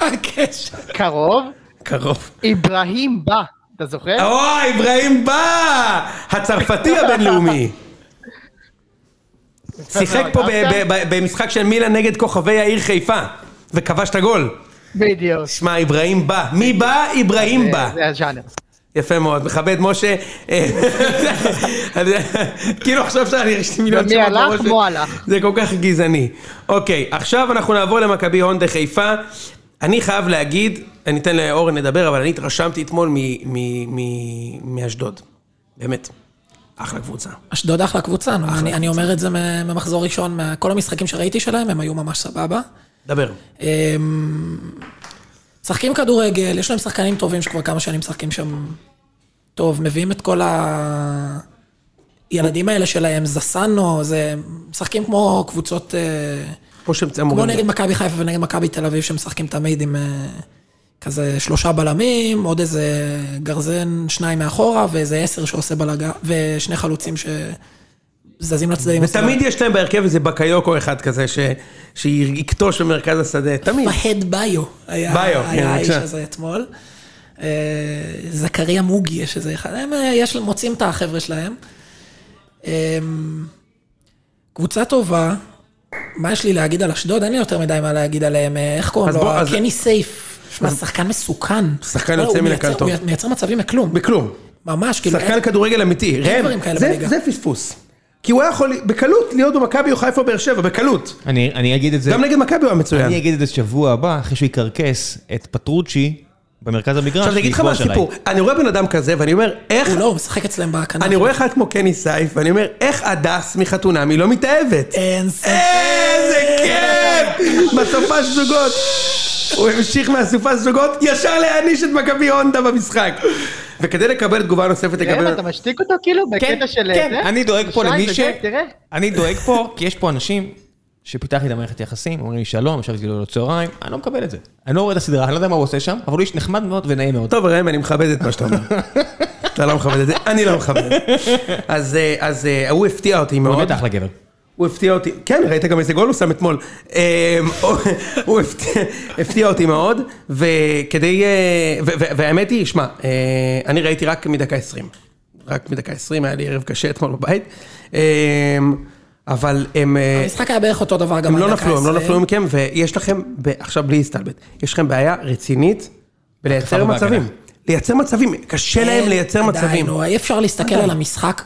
מה הקשר? קרוב, קרוב. איברהים בא, אתה זוכר? אוי, אברהים בא! הצרפתי הבינלאומי. שיחק פה ב- ב- ב- במשחק של מילה נגד כוכבי העיר חיפה, וכבש את הגול. בדיוק. אה, שמע, אברהים בא. מי בא? אברהים בא. זה- זה הז'אנר. יפה מאוד, מכבד, משה. אה, כאילו עכשיו שאני יש לי מיליון ומי שמות הלך? בראש. מו הלך. זה כל כך גזעני. אוקיי, עכשיו אנחנו נעבור למכבי הונדה חיפה. אני חייב להגיד, אני אתן לאורן לדבר, אבל אני התרשמתי אתמול מ- מ- מ- מאשדוד. באמת. אחלה קבוצה. אשדוד אחלה קבוצה, נו, אני, אני אומר את זה מ- ממחזור ראשון, מה- כל המשחקים שראיתי שלהם, הם היו ממש סבבה. דבר. אמ, משחקים כדורגל, יש להם שחקנים טובים שכבר כמה שנים משחקים שם טוב, מביאים את כל ה... ילדים האלה שלהם, זסנו, זה... משחקים כמו קבוצות... אה, כמו שהם כמו אמורים. נגד מכבי חיפה ונגד מכבי תל אביב, שמשחקים תמיד עם אה, כזה שלושה בלמים, עוד איזה גרזן, שניים מאחורה, ואיזה עשר שעושה בלאגן, ושני חלוצים שזזים לצדדים. ותמיד יש להם בהרכב איזה בקיוקו אחד כזה, ש- שיקטוש במרכז השדה, תמיד. פהד ביו. היה- ביו, כן, היה האיש בבקשה. הזה אתמול. אה, זכריה מוגי, יש איזה אחד. הם אה, יש, מוצאים את החבר'ה שלהם. אה, קבוצה טובה. מה יש לי להגיד על אשדוד? אין לי יותר מדי מה להגיד עליהם. אה, איך קוראים אז בוא, לו? אז- קני סייף. שמע, שחקן מסוכן. שחקן לא, יוצא הוא מן מייצר- הכלל טוב. הוא מייצר מצבים מכלום. בכלום. ממש, כאילו... שחקן אין- כדורגל אמיתי, אין ראם, דברים כאלה זה- בליגה. זה פספוס. כי הוא היה יכול בקלות להיות במכבי או חיפה או באר שבע, בקלות. אני, אני אגיד את זה, גם נגד מכבי הוא היה מצוין. אני אגיד את זה שבוע הבא, אחרי שהוא יקרקס את פטרוצ'י במרכז המגרש, עכשיו אני אגיד לך מה ויכבוש עליי. הסיפור, אני רואה בן אדם כזה ואני אומר, איך, הוא לא, הוא משחק אצלם בכנף. אני רואה אחד כמו קני סייף ואני אומר, איך הדס מחתונמי לא מתאהבת? אין ספק. אה! איזה כיף! בסופת זוגות. הוא המשיך מהסופת זוגות ישר להעניש את מכבי הונדה במשחק. וכדי לקבל תגובה נוספת ראם, לגבי... אתה משתיק אותו כאילו בקטע של... כן, זה? אני דואג פה שי, למי זה ש... גג, תראה. אני דואג פה, כי יש פה אנשים שפיתחתי את המערכת יחסים, אומרים לי שלום, ישבתי לו לצהריים, אני לא מקבל את זה. אני לא רואה את הסדרה, אני לא יודע מה הוא עושה שם, אבל הוא איש נחמד מאוד ונעים מאוד. טוב, ראם, אני מכבד את מה שאתה אומר. אתה לא מכבד את זה, אני לא מכבד. אז, אה, אז אה, הוא הפתיע אותי הוא מאוד. באמת אחלה גבר. הוא הפתיע אותי, כן, ראית גם איזה גול הוא שם אתמול. אה, הוא- הוא הפתיע- הפתיע אותי מאוד, וכדי... אה, ו- ו- והאמת היא, שמע, אה, אני ראיתי רק מדקה 20. רק מדקה 20, היה לי ערב קשה אתמול בבית. אה, אבל הם... אה, המשחק היה בערך אותו דבר גם הם לא עד דקה נפלו, הם לא 20. נפלו מכם, ויש לכם, ב- עכשיו בלי הסתלבט, יש לכם בעיה רצינית בלייצר התקפה מצבים. ובהגנה. לייצר מצבים, קשה להם אין, לא, לייצר די, מצבים. אוקיי. נו, אה, אי אפשר להסתכל על המשחק.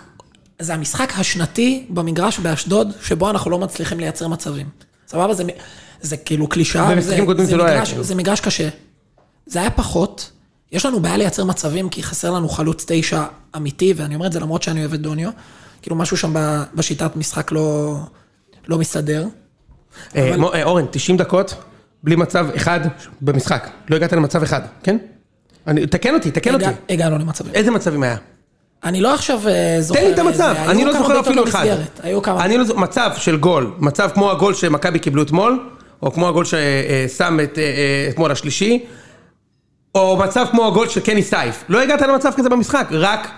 זה המשחק השנתי במגרש באשדוד, שבו אנחנו לא מצליחים לייצר מצבים. סבבה? זה, מ- זה כאילו קלישאה. במשחקים זה- קודמים זה זה לא היה מגרש- כאילו. זה מגרש קשה. זה היה פחות. יש לנו בעיה לייצר מצבים, כי חסר לנו חלוץ תשע אמיתי, ואני אומר את זה למרות שאני אוהב את דוניו. כאילו, משהו שם ב- בשיטת משחק לא, לא מסתדר. אה, מו- אה, אורן, 90 דקות, בלי מצב אחד במשחק. לא הגעת למצב אחד, כן? אני- תקן אותי, תקן אותי. הגע- הגענו למצבים. איזה מצבים היה? אני לא עכשיו אה, זוכר... תן לי את איזה, המצב, היו אני לא כמה זוכר בעיטות אפילו אחד. במסגרת, היו כמה... אני לא זוכר, מצב של גול, מצב כמו הגול שמכבי קיבלו אתמול, או כמו הגול ששם את, אה, אה, אתמול השלישי, או מצב כמו הגול של קני סייף. לא הגעת למצב כזה במשחק, רק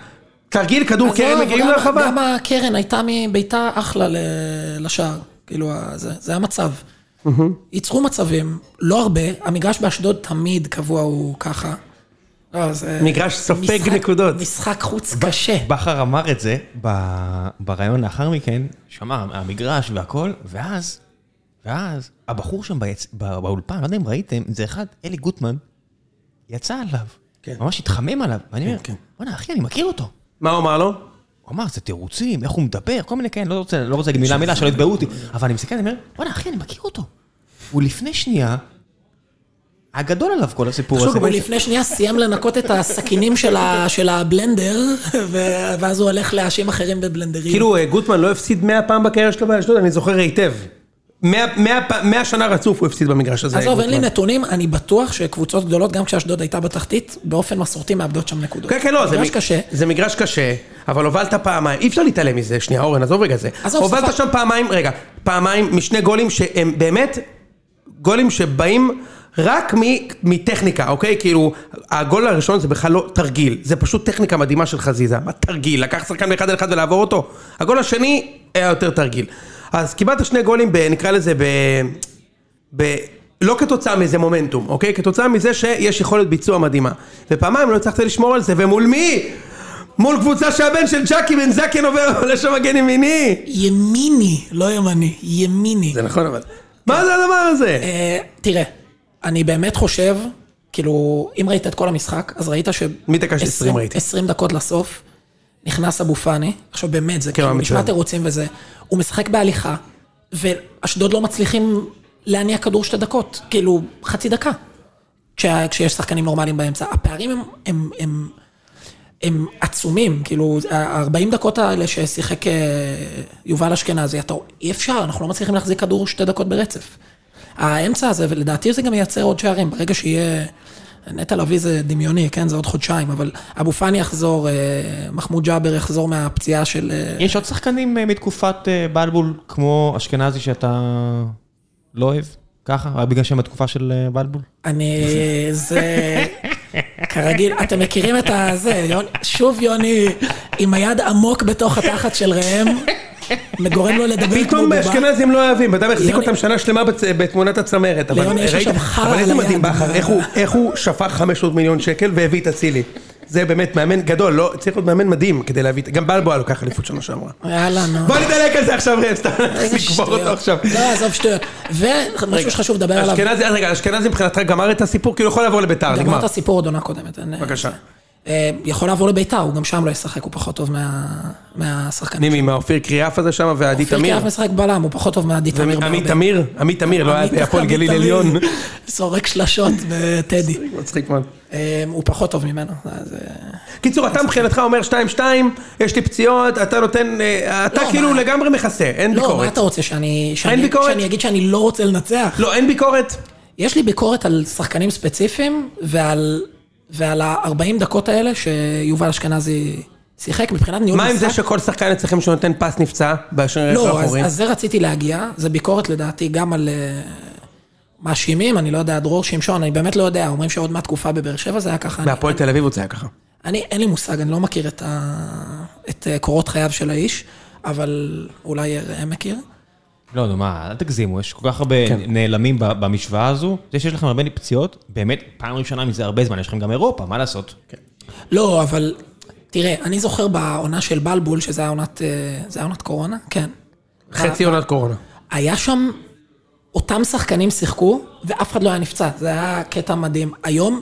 תרגיל כדור אז זהו, קרן אבל מגיעים גם- לרחבה. גם הקרן הייתה מבעיטה אחלה ל- לשער, כאילו, ה- זה זה המצב. ייצרו מצבים, לא הרבה, המגרש באשדוד תמיד קבוע הוא ככה. לא, זה- מגרש סופג משחק- נקודות. משחק חוץ קשה. בכר אמר את זה ב- בריאיון לאחר מכן, שמע, המגרש והכל, ואז, ואז, הבחור שם ביצ... בא- באולפן, לא יודע אם ראיתם, זה אחד, אלי גוטמן, יצא עליו. כן. ממש התחמם עליו, ואני אומר, כן. בוא'נה אחי, אני מכיר אותו. מה הוא אמר לו? הוא אמר, זה תירוצים, איך הוא מדבר, כל מיני כאלה, לא רוצה, לא רוצה להגיד מילה מילה, שלא יתבעו אותי. אבל אני מסתכל, אני אומר, בוא'נה אחי, אני מכיר אותו. הוא לפני שנייה, הגדול עליו כל הסיפור הזה. תחשוב, הוא לפני שנייה סיים לנקות את הסכינים של ה- של הבלנדר, ו- ואז הוא הולך להאשים אחרים בבלנדרים. כאילו אה, גוטמן לא הפסיד 100 פעם בקריירה שלו באשדוד, אני זוכר היטב. 100 100 פעם- 100 שנה רצוף הוא הפסיד במגרש הזה. עזוב, אין לי גוטמן. נתונים, אני בטוח שקבוצות גדולות, גם כשאשדוד הייתה בתחתית, באופן מסורתי מאבדות שם נקודות. כן, כן, לא, זה מגרש מ- קשה. זה מגרש קשה, אבל הובלת פעמיים, אי אפשר להתעלם מזה, שנייה, אורן, עזוב רגע זה. עזוב, הובלת ספג. שם פעמיים, רגע, פעמיים משני גולים שהם באמת גולים שבאים רק מ- מטכניקה, אוקיי? כאילו, הגול הראשון זה בכלל לא תרגיל, זה פשוט טכניקה מדהימה של חזיזה. מה תרגיל? לקח שחקן באחד על אחד ולעבור אותו? הגול השני היה יותר תרגיל. אז קיבלת שני גולים, ב- נקרא לזה ב... ב... לא כתוצאה מאיזה מומנטום, אוקיי? כתוצאה מזה שיש יכולת ביצוע מדהימה. ופעמיים לא הצלחת לשמור על זה, ומול מי? מול קבוצה שהבן של ג'קי בן זקן עובר עולה שם מגן ימיני! ימיני, לא ימני, ימיני. לא זה נכון אבל. מה זה הדבר הזה? אה, תראה, אני באמת חושב כאילו, אם ראית את כל המשחק, אז ראית ש... מדקה של 20 ראיתי. 20 דקות לסוף, נכנס אבו פאני, עכשיו באמת, זה כאילו היה נשמע כן, מצוין. תירוצים וזה, הוא משחק בהליכה, ואשדוד לא מצליחים להניע כדור שתי דקות, כאילו, חצי דקה, כשה- כשיש שחקנים נורמליים באמצע. הפערים הם, הם, הם, הם עצומים, כאילו, ה-40 דקות האלה ששיחק אה, יובל אשכנזי, אתה, אי אפשר, אנחנו לא מצליחים להחזיק כדור שתי דקות ברצף. האמצע הזה, ולדעתי זה גם ייצר עוד שערים, ברגע שיהיה... נטע לביא זה דמיוני, כן? זה עוד חודשיים, אבל אבו פאני יחזור, אה, מחמוד ג'אבר יחזור מהפציעה של... אה, יש עוד שחקנים אה, מתקופת אה, בלבול, כמו אשכנזי שאתה לא אוהב? ככה? רק בגלל שהם בתקופה של אה, בלבול? אני... זה... כרגיל, אתם מכירים את הזה, יוני, שוב יוני עם היד עמוק בתוך התחת של ראם, גורם לו לדבר כמו פתאום בובה. האשכנזים לא אוהבים, אדם החזיק ליוני- אותם שנה שלמה בצ- בתמונת הצמרת. אבל ליוני יש ראית- עכשיו חרא אבל על איזה היד. מדהים בכר, איך הוא- איך הוא שפך 500 מיליון שקל והביא את אצילי. זה באמת מאמן גדול, לא, צריך להיות מאמן מדהים כדי להביא, את- גם בלבו היה לוקח אליפות שנה שעברה. יאללה, נו. בוא נדלג על זה עכשיו, ראם, סתם, איזה נקבור שטויות. אותו עכשיו. לא, עזוב שטויות. ומשהו שחשוב לדבר עליו. אשכנזי, אז רגע, אשכנזי מבחינתך גמר את הסיפור, כאילו יכול לעבור לביתר, גמר נגמר. את הסיפור עוד עונה קודמת. אין- בבקשה. אה, יכול לעבור לביתר, הוא גם שם לא ישחק, הוא פחות טוב מה- מהשחקנים. מי, מה, אופיר קריאף הזה שם ועדי אופיר תמיר? קריאף משחק בלם, הוא פחות טוב מעדי תמיר. עמית בהרבה. תמיר? עמית תמיר, לא היה עמית- בהפועל עמית גליל תמיר עליון. זורק שלשות בטדי. מצחיק מאוד. אה, הוא פחות טוב ממנו. אז, אה, קיצור, אתה מבחינתך אומר 2-2, יש לי פציעות, אתה נותן, אה, אתה לא, כאילו מה- לגמרי מכסה, אין לא, מה ביקורת. אתה רוצה, שאני שאני- ביקורת? שאני אגיד שאני לא רוצה לנצח? לא, אין ביקורת. יש לי ביקורת על שחקנים ספציפיים ועל ועל ה-40 דקות האלה שיובל אשכנזי שיחק מבחינת ניהול מה משחק. עם זה שכל שחקן אצלכם שנותן פס נפצע באשר יש לא, אז, לאחורי? אז זה רציתי להגיע, זה ביקורת לדעתי גם על אה, מאשימים, אני לא יודע, דרור שמשון, אני באמת לא יודע, אומרים שעוד מהתקופה בבאר שבע זה היה ככה. אני, מהפועל תל אביב הוא היה ככה. אני, אין לי מושג, אני לא מכיר את, ה, את אה, קורות חייו של האיש, אבל אולי ראם מכיר. לא, נו, מה, אל תגזימו, יש כל כך הרבה נעלמים ב- במשוואה הזו. זה שיש לכם הרבה פציעות, באמת, פעם ראשונה מזה הרבה זמן, יש לכם גם אירופה, מה לעשות? לא, אבל תראה, אני זוכר בעונה של בלבול, שזה היה עונת, אה, זה היה עונת קורונה, כן. חצי עונת קורונה. היה שם, אותם שחקנים שיחקו, ואף אחד לא היה נפצע. זה היה קטע מדהים. היום,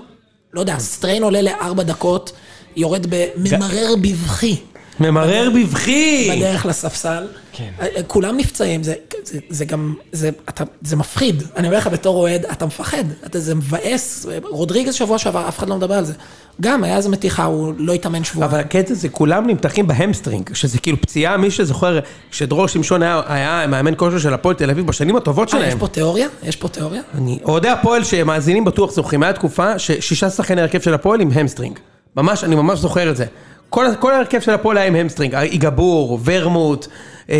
לא יודע, סטריין עולה לארבע דקות, יורד בממרר בבכי אה. ממרר בבכי! בדרך לספסל. כן. כולם נפצעים, זה, זה, זה גם, זה, אתה, זה מפחיד. אני אומר לך, בתור אוהד, אתה מפחד, אתה, זה מבאס. רודריגז שבוע שעבר, אף אחד לא מדבר על זה. גם, היה איזה מתיחה, הוא לא התאמן שבועיים. אבל הקטע זה כולם נמתחים בהמסטרינג, שזה כאילו פציעה, מי שזוכר, כשדרור שמשון היה- היה מאמן כושר של הפועל תל אביב בשנים הטובות אה, יש שלהם. פה תיאוריה? יש פה תיאוריה? אני, אוהדי הפועל שמאזינים בטוח זוכרים, היה תקופה ששישה שחקני הרכב של הפועל עם המסטרינג. ממש, אני ממש זוכר את זה. כל, כל ההרכב של הפועל היה עם המסטרינג, איגבור, ורמוט, אה,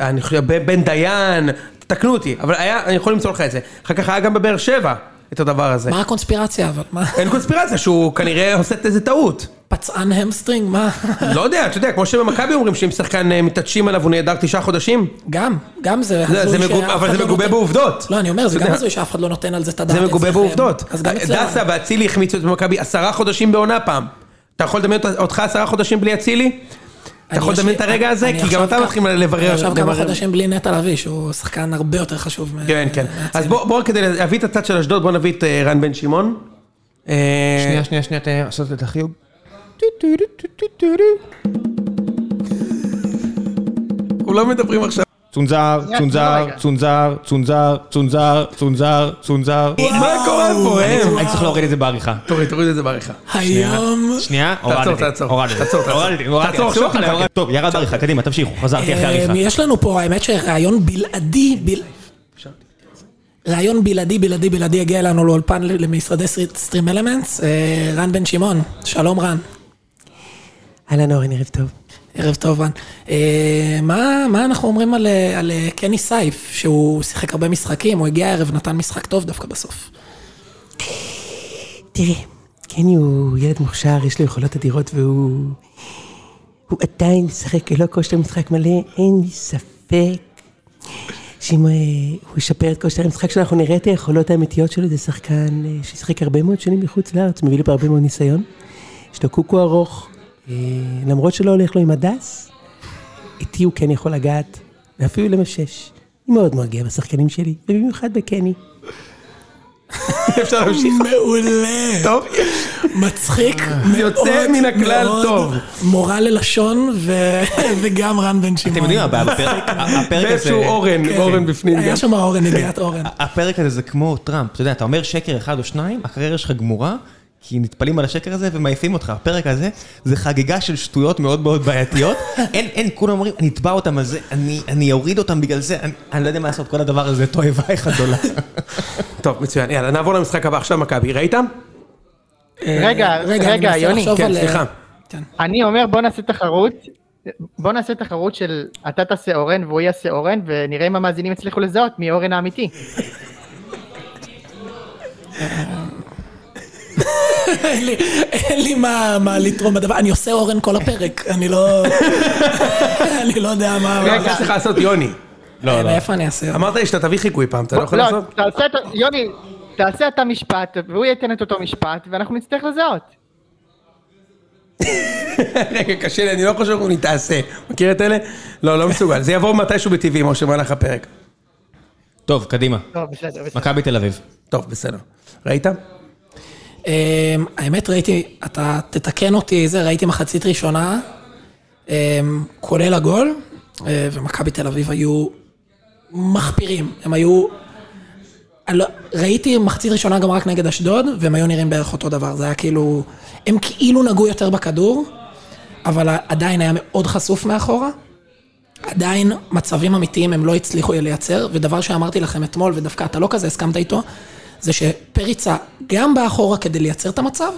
אה, אני חושב, בן- בן דיין, תקנו אותי, אבל היה, אני יכול למצוא לך את זה. אחר כך היה גם בבאר שבע את הדבר הזה. מה הקונספירציה אבל? מה? אין קונספירציה שהוא כנראה עושה איזה טעות. פצען המסטרינג? מה? לא יודע, אתה יודע, כמו שבמכבי אומרים שאם שחקן אה, מתעטשים עליו הוא נעדר תשעה חודשים. גם, גם זה זה- זה הזוי מגוב- שאף אבל אחד זה לא מגובה נותן- בעובדות. לא, אני אומר, זה אתה גם יודע. הזוי שאף אחד לא נותן על זה את הדעת. זה מגובה אצלכם. בעובדות. אה, אז גם אצלנו. דסה ואצילי החמיצו את מכבי עשרה חודשים בעונה פעם. אתה יכול לדמיין אות- אותך עשרה חודשים בלי אצילי? אתה אני יכול יש לדמיין לי- את הרגע הזה? אני כי עכשיו גם אתה כ- מתחיל לברר. אני עכשיו כמה לברר. חודשים בלי נטע לביא, שהוא שחקן הרבה יותר חשוב. מ- כן, כן. אז בואו בוא, כדי להביא את הצד של אשדוד, בואו נביא את אה, רן בן שמעון. אה, שנייה, שנייה, שנייה, תן לי לעשות את החיוג. כולם מדברים עכשיו. צונזר, שנייה, צונזר, רגע. צונזר, צונזר, צונזר, צונזר, צונזר. מה קורה פה, הם? אני צריך להוריד את זה בעריכה. תוריד, תוריד את זה בעריכה. היום... שנייה, הורדתי, תעצור. הורדתי, תעצור, תעצור. הורדתי, הורדתי, תעצור עכשיו, אסור לך תחכה. להוריד. טוב, ירד בעריכה, קדימה, תמשיכו, חזרתי אחרי אה, העריכה. יש לנו פה, האמת שראיון בלעדי, בל- ראיון בלעדי, בלעדי, בלעדי הגיע אלינו לאולפן למשרדי סטרים אלמנטס, אה, רן בן שמעון, שלום רן. אהלן אורן, ערב טוב. ערב טוב, רן. אה, מה, מה אנחנו אומרים על, אה, על אה, קני סייף, שהוא שיחק הרבה משחקים, הוא הגיע הערב, נתן משחק טוב דווקא בסוף. תראי, קני הוא ילד מוכשר, יש לו יכולות אדירות והוא... הוא עדיין משחק ללא כושר משחק מלא, אין לי ספק שאם אה, הוא ישפר את כושר המשחק שלו, אנחנו נראה את היכולות האמיתיות שלו. זה שחקן אה, ששיחק הרבה מאוד שנים מחוץ לארץ, מביא לי פה הרבה מאוד ניסיון. יש לו קוקו ארוך, אה, למרות שלא הולך לו עם הדס, איתי הוא כן יכול לגעת, ואפילו למשש. אני מאוד מאוד גאה בשחקנים שלי, ובמיוחד בקני. אפשר להמשיך? מעולה. טוב. מצחיק. יוצא מאוד, מן הכלל מאוד. טוב. מורה ללשון ו- וגם רן בן שמעון. אתם יודעים מה הבעיה בפרק? הפרק הזה... ואיפשהו אורן, כן. אורן בפנים גם. היה שם אורן, ידיעת אורן. הפרק הזה זה כמו טראמפ, אתה יודע, אתה אומר שקר אחד או שניים, הקריירה שלך גמורה, כי נטפלים על השקר הזה ומעיפים אותך. הפרק הזה זה חגיגה של שטויות מאוד מאוד בעייתיות. אין, אין, כולם אומרים, אני אתבע אותם על זה, אני, אני אוריד אותם בגלל זה, אני, אני לא יודע מה לעשות, כל הדבר הזה תועבה אחד גדולה. טוב, מצוין. יאללה, נעבור למשחק הבא. עכשיו מכבי. ראית? רגע, אה, רגע, אני מנסה יוני. לחשוב כן, על, אה, סליחה. כן. אני אומר בוא נעשה תחרות, בוא נעשה תחרות של אתה תעשה אורן והוא יעשה אורן, ונראה אם המאזינים יצליחו לזהות מי אורן האמיתי. אין לי- אין לי מה מה לתרום בדבר, אני עושה אורן כל הפרק, אני לא... אני לא יודע מה... רגע, מה צריך לעשות, יוני? לא, לא. מאיפה אני אעשה? אמרת לי שאתה תביא חיקוי פעם, אתה לא יכול לא, לעשות? תעשה את ה... יוני, תעשה אתה משפט, והוא ייתן את אותו משפט, ואנחנו נצטרך לזהות. רגע, קשה לי, אני לא חושב שאנחנו נתעשה. מכיר את אלה? לא, לא מסוגל. זה יבוא מתישהו בטבעי, משה, במהלך הפרק. טוב, קדימה. טוב, לא, בסדר, בסדר. מכבי תל אביב. טוב, בסדר. ראית? אמ, האמת ראיתי, אתה תתקן אותי, זה, ראיתי מחצית ראשונה, אמ, כולל הגול, אה, ומכבי תל אביב היו מחפירים, הם היו... אני לא- ראיתי מחצית ראשונה גם רק נגד אשדוד, והם היו נראים בערך אותו דבר, זה היה כאילו... הם כאילו נגעו יותר בכדור, אבל עדיין היה מאוד חשוף מאחורה. עדיין מצבים אמיתיים הם לא הצליחו לייצר, ודבר שאמרתי לכם אתמול, ודווקא אתה לא כזה הסכמת איתו, זה שפריצה גם בא אחורה כדי לייצר את המצב,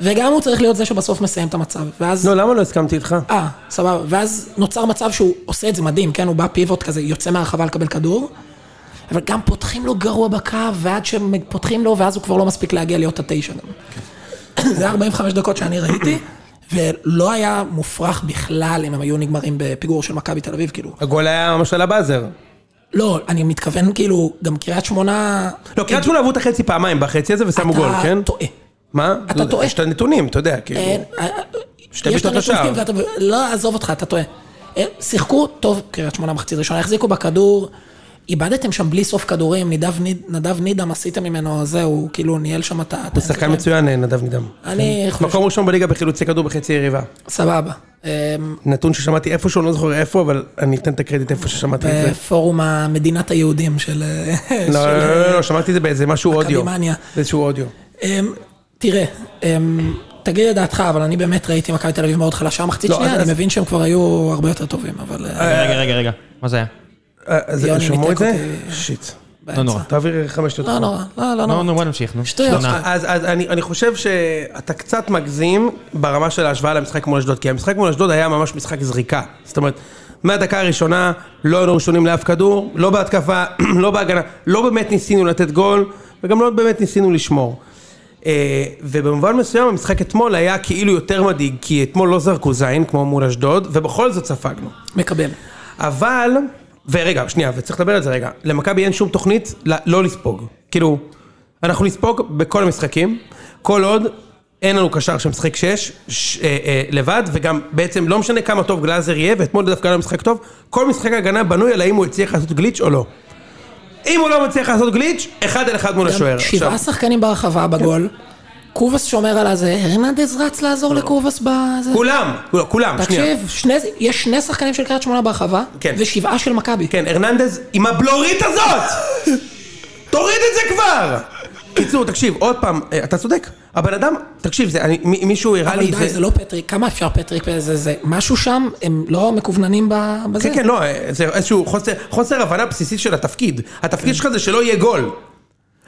וגם הוא צריך להיות זה שבסוף מסיים את המצב. ואז... לא, למה לא הסכמתי איתך? אה, סבבה. ואז נוצר מצב שהוא עושה את זה מדהים, כן? הוא בא פיבוט כזה, יוצא מהרחבה לקבל כדור, אבל גם פותחים לו גרוע בקו, ועד שפותחים לו, ואז הוא כבר לא מספיק להגיע להיות התשע גם. זה היה 45 דקות שאני ראיתי, ולא היה מופרך בכלל אם הם היו נגמרים בפיגור של מכבי תל אביב, כאילו. הגול היה ממש על הבאזר. לא, אני מתכוון, כאילו, גם קריית שמונה... לא, קריית שמונה עברו את החצי פעמיים בחצי הזה ושמו אתה גול, כן? טועה. מה? אתה לא, טועה. יש את הנתונים, אתה יודע, כאילו. אין, אה, שתי יש את בעיטות לשער. הנתונים, ואתה- לא, עזוב אותך, אתה טועה. אה, שיחקו טוב, קריית שמונה מחצית ראשונה, החזיקו בכדור, איבדתם שם בלי סוף כדורים, נדב, ניד, נדב נידם עשיתם ממנו, זהו, הוא כאילו ניהל שם את ה... הוא שחקן מצוין, אה, נדב נידם. אני חושב... מקום ראשון בליגה בחילוצי כדור בחצי יריבה. סבבה. אמ, נתון ששמעתי איפשהו, אני לא זוכר איפה, אבל אני אתן את הקרדיט איפה ששמעתי את זה. בפורום המדינת היהודים של... אוקיי. לא, לא, לא, לא, שמעתי את זה באיזה משהו אודיו. אקדמניה. באיזשהו אודיו. אמ, תראה, אמ, תגיד את דעתך, אבל אני באמת ראיתי מכבי תל אביב מאוד חלשה מחצית לא, שנייה, אז- לא, אני מבין שהם כבר היו הרבה יותר טובים, אבל... אה, רגע, רגע, רגע, רגע. מה זה היה? אה, אז יוני שמעו את ניתק זה? אותי. שיט. באמצע. נורא. תעביר חמש דקות. לא נורא, לא, לא נו, נורא. נו, בוא נמשיך, נו. שטויות. אה, שונה. אז, אז אני, אני חושב שאתה קצת מגזים ברמה של ההשוואה למשחק מול אשדוד, כי המשחק מול אשדוד היה ממש משחק זריקה. זאת אומרת, מהדקה הראשונה לא היינו ראשונים לאף כדור, לא בהתקפה, לא בהגנה, לא באמת ניסינו לתת גול, וגם לא באמת ניסינו לשמור. אה, ובמובן מסוים המשחק אתמול היה כאילו יותר מדאיג, כי אתמול לא זרקו זין כמו מול אשדוד, ובכל זאת ספגנו. מקבל. אבל, ורגע, שנייה, וצריך לדבר על זה רגע, למכבי אין שום תוכנית ל- לא לספוג. כאילו, אנחנו נספוג בכל המשחקים, כל עוד אין לנו קשר שמשחק שש, ש, אה, אה, לבד, וגם בעצם לא משנה כמה טוב גלאזר יהיה, ואתמול דווקא היה לו משחק טוב, כל משחק הגנה בנוי על האם הוא הצליח לעשות גליץ' או לא. אם הוא לא מצליח לעשות גליץ', אחד על אחד מול השוער. גם שבעה עכשיו, שחקנים ברחבה בגול. קובס שומר על הזה, הרננדז רץ לעזור לקובס בזה. כולם, כולם, כולם, לא. שנייה. תקשיב, שני- יש שני שחקנים של קריית שמונה ברחבה, כן. ושבעה של מכבי. כן, הרננדז עם הבלורית הזאת! תוריד את זה כבר! קיצור, תקשיב, עוד פעם, אה, אתה צודק. הבן אדם, תקשיב, זה, אני, מי- מישהו הראה אבל לי... די, זה לא פטריק, כמה אפשר פטריק זה זה? משהו שם, הם לא מקווננים ב- בזה? כן, כן, לא, אה, זה איזשהו חוסר, חוסר הבנה בסיסית של התפקיד. כן. התפקיד שלך זה שלא יהיה גול.